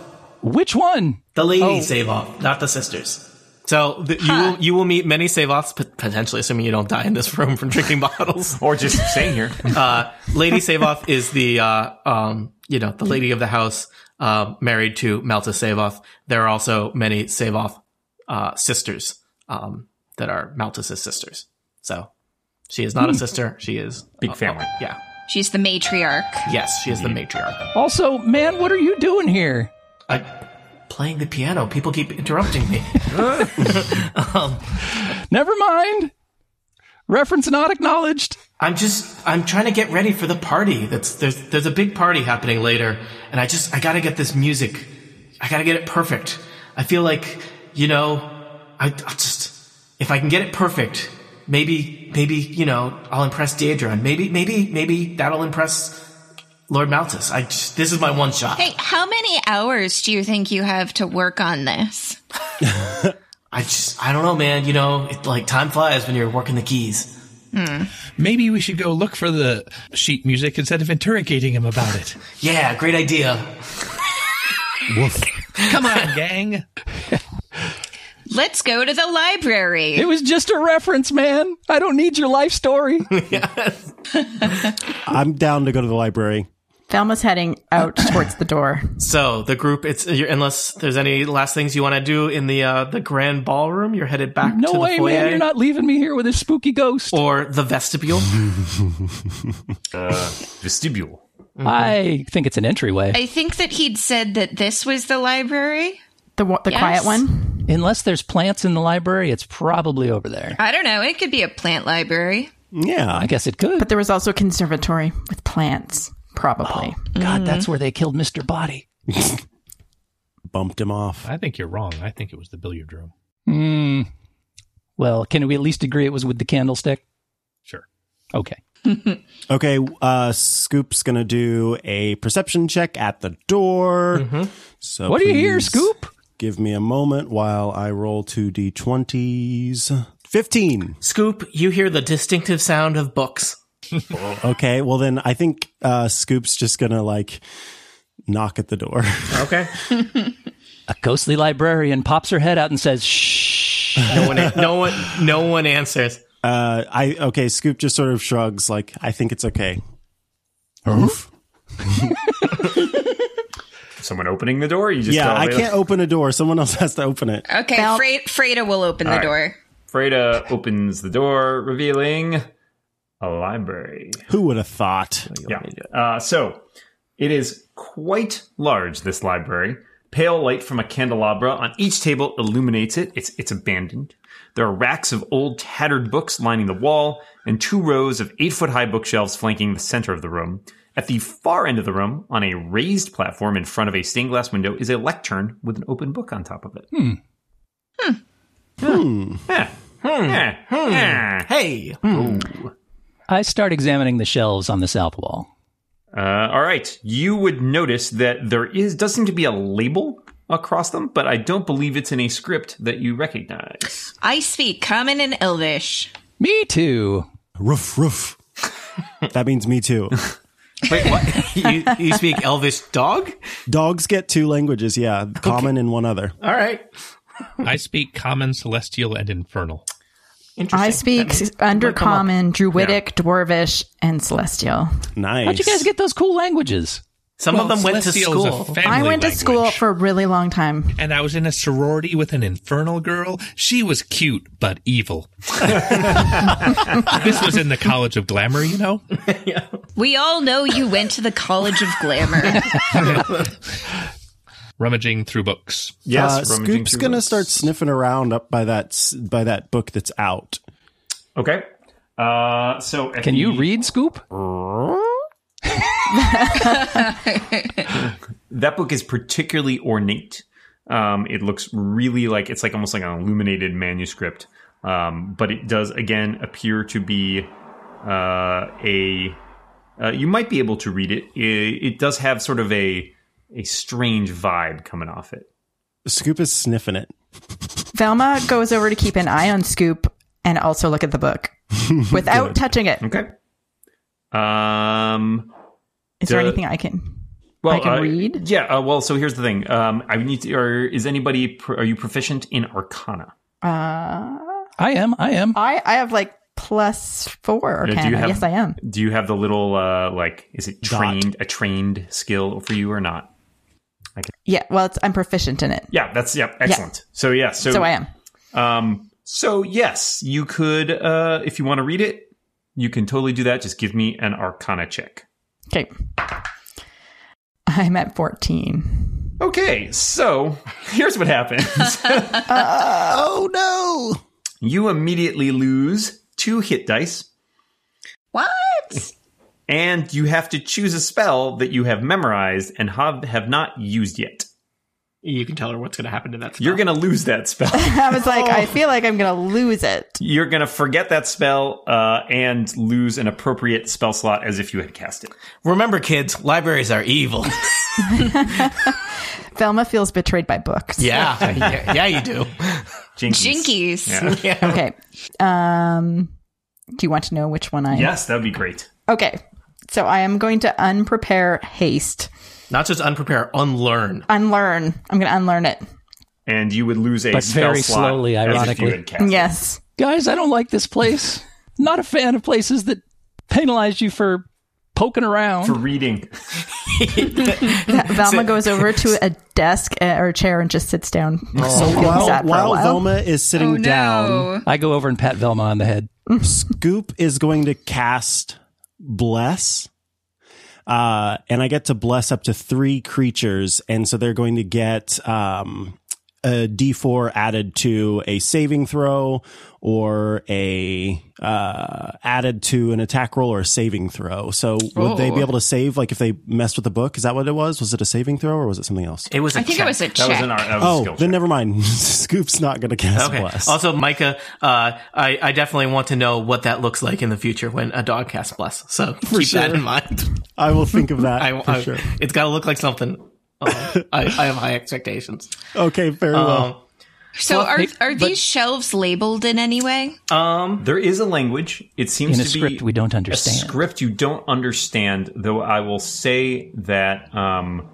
S4: Which one?
S2: the Lady Savoth, not the sisters. So th- you will you will meet many Savoths, pot- potentially assuming you don't die in this room from drinking <laughs> bottles.
S5: or just staying here.
S2: Uh, Lady Savoth is the uh, um, you know the lady of the house uh, married to Malthus Savoth. There are also many Savoth uh, sisters um, that are Malthus's sisters. So she is not a sister. She is
S5: Big
S2: uh,
S5: family.
S2: uh, yeah.
S7: She's the matriarch.
S2: Yes, she is the matriarch.
S4: Also, man, what are you doing here?
S2: I, playing the piano. People keep interrupting me. <laughs>
S4: Never mind. Reference not acknowledged.
S2: I'm just I'm trying to get ready for the party. That's there's there's a big party happening later, and I just I gotta get this music. I gotta get it perfect. I feel like you know I I'll just if I can get it perfect, maybe maybe you know I'll impress Deidre, and maybe maybe maybe that'll impress Lord Malthus. I just, this is my one shot.
S7: Hey, how many hours do you think you have to work on this?
S2: I just I don't know, man. You know, it, like time flies when you're working the keys.
S6: Maybe we should go look for the sheet music instead of interrogating him about it.
S2: Yeah, great idea.
S6: Come on, gang.
S7: Let's go to the library.
S4: It was just a reference, man. I don't need your life story.
S8: I'm down to go to the library.
S3: Velma's heading <laughs> out towards the door.
S2: So the group, it's you're, unless there's any last things you want to do in the uh, the grand ballroom, you're headed back to
S4: No
S2: the
S4: way,
S2: foyer
S4: man. You're not leaving me here with this spooky ghost.
S2: or the
S7: <laughs>
S2: vestibule.
S5: Vestibule.
S4: I think it's an entryway.
S7: I think that he'd said that this was the library.
S3: The wa- the
S7: Yes.
S3: quiet one.
S4: Unless there's plants in the library, it's probably over there.
S7: I don't know. It could be a plant library.
S8: Yeah.
S4: I guess it could.
S3: But there was also a conservatory with plants, probably.
S4: God, that's
S5: Mm-hmm.
S4: where they killed Mr. Body.
S8: <laughs> Bumped him off.
S6: I think you're wrong. I think it was the billiard room.
S5: Mm.
S4: Hmm. Well, can we at least agree it was with the candlestick?
S6: Sure.
S4: Okay.
S8: Okay, uh Scoop's gonna do a perception check at the door. So
S4: Mm-hmm. what do you hear,
S8: please
S4: Scoop?
S8: Give me a moment while I roll two D twenties. Fifteen.
S2: Scoop, you hear the distinctive sound of books.
S8: Okay, well then I think uh Scoop's just gonna like knock at the door. <laughs>
S2: Okay,
S4: A ghostly librarian pops her head out and says,
S5: <laughs>
S4: "Shh."
S2: <laughs> no one, no one, no one answers.
S8: Uh I okay, Scoop just sort of shrugs like I think it's okay.
S5: Someone opening the door. You just
S8: yeah,
S5: tell
S8: I
S5: me-
S8: can't open a door. Someone else has to open it.
S7: Okay,
S3: Val-
S7: Fre- Freda will open the
S5: right.
S7: door.
S5: Freda opens the door, revealing a library.
S8: Who would have thought?
S5: Yeah. Uh, so it is quite large, this library. Pale light from a candelabra on each table illuminates it. It's, it's abandoned. There are racks of old, tattered books lining the wall, and two rows of eight foot high bookshelves flanking the center of the room. At the far end of the room, on a raised platform in front of a stained glass window, is a lectern with an open book on top of it. Hmm. Hmm. Yeah. Hmm. Yeah. Yeah.
S2: Hey.
S4: I start examining the shelves on the south wall.
S5: Uh, all right. You would notice that there is does seem to be a label across them, but I don't believe it's in a script that you recognize.
S7: I speak common and elvish.
S4: Me too.
S8: Roof, roof. that means me too.
S2: Wait, what? <laughs> you, you speak Elvish dog?
S8: Dogs get two languages, yeah, common and one other.
S2: All right.
S6: I speak common, celestial, and infernal.
S2: Interesting.
S3: I speak
S2: That means-
S3: undercommon, druidic, dwarvish, and celestial.
S8: Nice.
S4: How'd you guys get those cool languages?
S2: Some of
S6: Well,
S2: them went to
S6: celestial is a
S2: school.
S6: family
S3: I went to school
S6: language.
S3: for a really long time.
S6: and I was in a sorority with an infernal girl. She was cute but evil. <laughs> this was in the College of Glamour, you know.
S7: We all know you went to the College of <laughs> Glamour.
S6: Rummaging through books.
S5: Yes.
S8: Uh,
S5: rummaging
S8: Scoop's
S5: through
S8: gonna
S5: those.
S8: start sniffing around up by that s- by that book that's out.
S5: Okay. Uh, so at
S4: Can
S5: the-
S4: you read, Scoop?
S5: that book is particularly ornate. Um, it looks really like it's like almost like an illuminated manuscript, um, but it does again appear to be uh, a. Uh, you might be able to read it. it. It does have sort of a a strange vibe coming off it.
S8: Scoop is sniffing it.
S3: Velma goes over to keep an eye on Scoop and also look at the
S5: <laughs>
S3: book without touching it.
S5: Okay. Um.
S3: Is there
S5: Duh.
S3: anything I can?
S5: Well,
S3: I can
S5: uh,
S3: read?
S5: Yeah. Uh, well, so here's the thing. Um, I need to. Are, is anybody? Pr- are you proficient in Arcana?
S4: I am. I am.
S3: I I have like plus four.
S5: Yeah, do
S3: Arcana.
S5: you have-
S3: yes, I am.
S5: Do you have the little uh like is it trained a trained skill for you or not?
S3: Yeah. Well, it's, I'm proficient in it,
S5: Yeah, that's yeah, excellent. So yeah, so,
S3: so I am.
S5: um so yes, you could uh if you want to read it, you can totally do that. Just give me an arcana check.
S3: Okay. I'm at fourteen. <laughs>
S5: Okay, so <laughs> here's what happens. <laughs>
S8: Oh no!
S5: you immediately lose two hit dice
S7: what?
S5: and you have to choose a spell that you have memorized and have, have not used yet.
S2: You can tell her what's going to happen to that.
S5: You're going to lose that spell.
S3: <laughs> I was like,
S8: Oh.
S3: I feel like I'm gonna lose it.
S5: You're going to forget that spell uh, and lose an appropriate spell slot as if you had cast it.
S2: Remember, kids, libraries are
S7: <laughs>
S2: evil.
S3: Velma feels betrayed by books.
S2: yeah. yeah. Yeah, you do.
S5: Jinkies.
S7: Jinkies.
S5: Yeah.
S3: Okay. Um, do you want to know which one I? am?
S5: Yes, that would be great.
S3: Okay. So I am going to unprepare haste,
S2: Not just unprepare, unlearn.
S3: unlearn. I'm going to unlearn it.
S5: And you would lose a
S4: But
S5: spell
S4: very
S5: slot
S4: slowly,
S5: as if you
S4: ironically.
S5: had cast it.
S8: <laughs>
S3: Yes.
S4: Guys, I don't like this place. Not a fan of places that penalize you for poking around.
S5: For reading.
S3: Velma goes over to a desk uh, or a chair and just sits down.
S8: So
S3: Sat for
S8: Oh. while,
S3: a
S8: while
S3: while.
S8: Velma is sitting
S7: Oh,
S8: down,
S7: no.
S4: I go over and pat Velma on the head.
S8: Scoop is going to cast bless. Uh, and I get to bless up to three creatures, and so they're going to get um, a D4 added to a saving throw, or a uh, added to an attack roll or a saving throw. So would they be able to save? Like if they messed with the book, is that what it was? Was it a saving throw or was it something else?
S2: It was a
S7: I think
S2: check.
S7: it was a
S5: That was
S7: check.
S5: an art. That was a
S8: Oh,
S5: skill
S8: then
S5: check.
S8: never mind. <laughs> Scoop's not going to cast
S2: Okay.
S8: bless.
S2: Also, Micah, uh, I, I definitely want to know what that looks like in the future when a dog casts bless. So keep that
S8: sure.
S2: in mind.
S8: I will think of
S2: <laughs>
S8: that
S2: I,
S8: for
S2: I-
S8: sure.
S2: It's got to look like something. Uh, I, I have high expectations.
S8: Okay, very well.
S2: Um,
S7: So are
S4: hey,
S7: are
S4: but-
S7: these shelves labeled in any way?
S5: There is a language. It seems
S4: In a
S5: to
S4: script
S5: be
S4: we don't
S5: a
S4: understand.
S5: script you don't understand. Though I will say that um,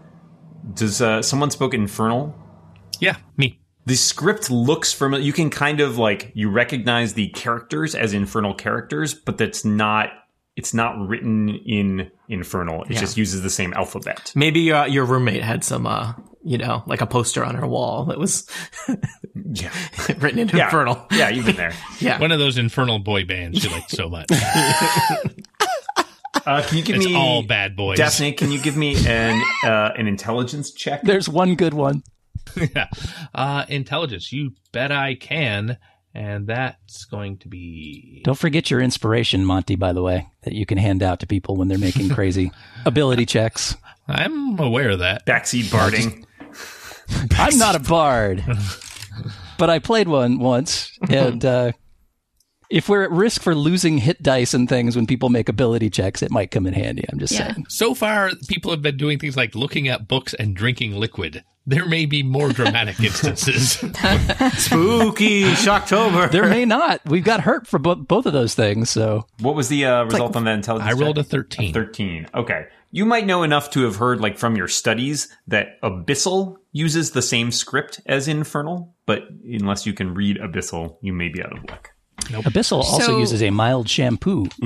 S5: does uh, someone spoke Infernal?
S6: Yeah, me.
S5: The script looks familiar. You can kind of like you recognize the characters as Infernal characters, but that's not. It's not written in Infernal. It just uses the same
S6: <laughs>
S5: alphabet.
S2: maybe your, your roommate had some, uh, you know, like a poster on her wall that was <laughs>
S5: Yeah,
S2: written in
S5: yeah.
S2: infernal.
S5: Yeah,
S6: <laughs>
S5: you've been there.
S2: Yeah. <laughs>
S6: One of those infernal boy bands you like so much.
S5: Uh, can you give
S6: It's
S5: me
S6: all bad boys. <laughs>
S5: Daphne, can you give me an uh, an intelligence check?
S4: There's one good one.
S6: Uh, intelligence. You bet I can. And that's going to be.
S4: Don't forget your inspiration, Monty, by the way, that you can hand out to people when they're making crazy ability checks.
S6: I'm aware of that.
S5: Backseat barding.
S4: I'm not a bard, but I played one once. And uh, if we're at risk for losing hit dice and things when people make ability checks, it might come in handy. I'm just
S7: Yeah.
S4: saying.
S6: So far, people have been doing things like looking at books and drinking liquid. There may be more
S2: <laughs>
S6: dramatic instances.
S2: Spooky Shocktober.
S4: There may not. We've got hurt for bo- both of those things. So
S5: What was the uh, result on that intelligence?
S6: I rolled a
S5: check?
S6: 13.
S5: 13. Okay. You might know enough to have heard, like, from your studies that Abyssal uses the same script as Infernal, but unless you can read Abyssal, you may be out of luck.
S4: Abyssal also
S7: So-
S4: uses a mild shampoo. <laughs>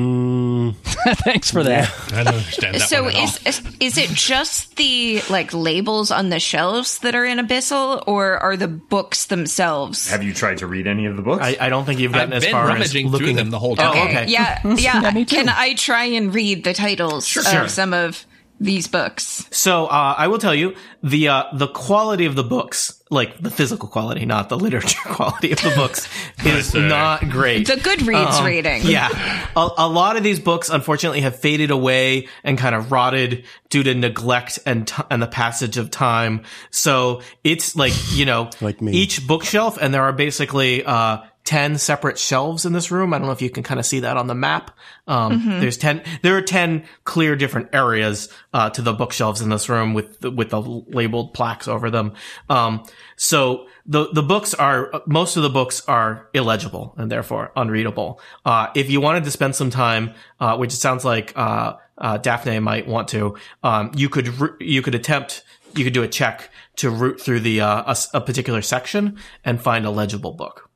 S4: Thanks for that.
S6: I don't understand that
S7: so
S6: one at all.
S7: is, is is it just the like labels on the shelves that are in abyssal or are the books themselves
S5: Have you tried to read any of the books?
S2: I, I don't think you've
S6: I've
S2: gotten as
S6: been
S2: far as
S6: rummaging
S2: looking
S6: through them the whole time.
S2: Oh, okay.
S7: yeah <laughs> yeah,
S4: me too.
S7: can i try and read the titles of
S2: sure.
S7: some of these books
S2: So uh, I will tell you the uh, the quality of the books, like the physical quality, not the literature <laughs> quality of the books, is
S6: see.
S2: not great.
S7: the goodreads
S2: Um,
S7: rating
S2: Yeah. A, a lot of these books, unfortunately, have faded away and kind of rotted due to neglect and, t- and the passage of time. So it's like, you know,
S8: <laughs> Like me.
S2: each bookshelf, and there are basically, uh, 10 separate shelves in this room. I don't know if you can kind of see that on the map. Um, there's 10, there are 10 clear different areas, uh, to the bookshelves in this room with, the, with the labeled plaques over them. Um, so the, the books are, most of the books are illegible and therefore unreadable. Uh, if you wanted to spend some time, uh, which it sounds like, uh, uh, Daphne might want to, um, you could, ru- you could attempt, you could do a check to root through the, uh, a s a a particular section and find a legible book.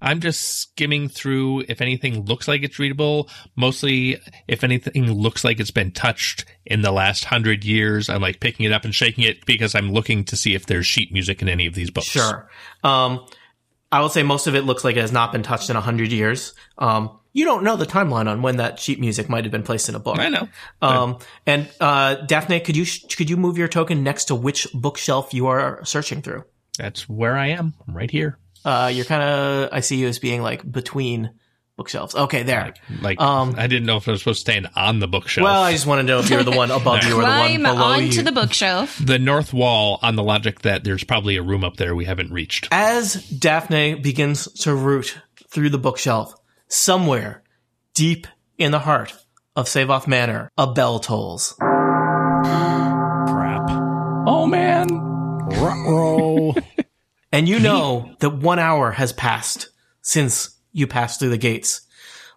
S6: I'm just skimming through if anything looks like it's readable. Mostly, if anything looks like it's been touched in the last hundred years, I'm like picking it up and shaking it because I'm looking to see if there's sheet music in any of these books.
S2: Sure. Um, I will say most of it looks like it has not been touched in a hundred years. Um, you don't know the timeline on when that sheet music might have been placed in a book.
S6: I know.
S2: Um, and uh, Daphne, could you sh- could you move your token next to which bookshelf you are searching through?
S6: That's where I am. I'm right here.
S2: Uh, you're kind of I see you as being like between bookshelves. Okay, there.
S6: Like,
S2: Um,
S6: I didn't know if I was supposed to stand on the bookshelf.
S2: Well, I just want to know if you're the one
S6: <laughs>
S2: above you or the one
S7: climb
S2: below
S7: onto
S2: you.
S7: the bookshelf
S6: the north wall on the logic that there's probably a room up there we haven't reached.
S2: As Daphne begins to root through the bookshelf, somewhere deep in the heart of Savoth Manor, a bell tolls.
S4: Oh man.
S8: Roll.
S2: And you know that one hour has passed since you passed through the gates.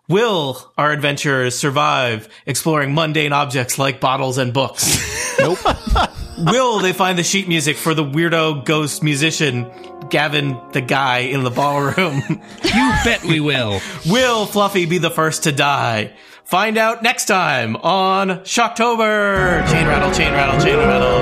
S2: Will our adventurers survive exploring mundane objects like bottles and books? Nope. <laughs> Will they find the sheet music for the weirdo ghost musician, Gavin the guy in the ballroom?
S6: you bet we will.
S2: Will Fluffy be the first to die? Find out next time on Shocktober! Chain rattle, chain rattle, chain rattle.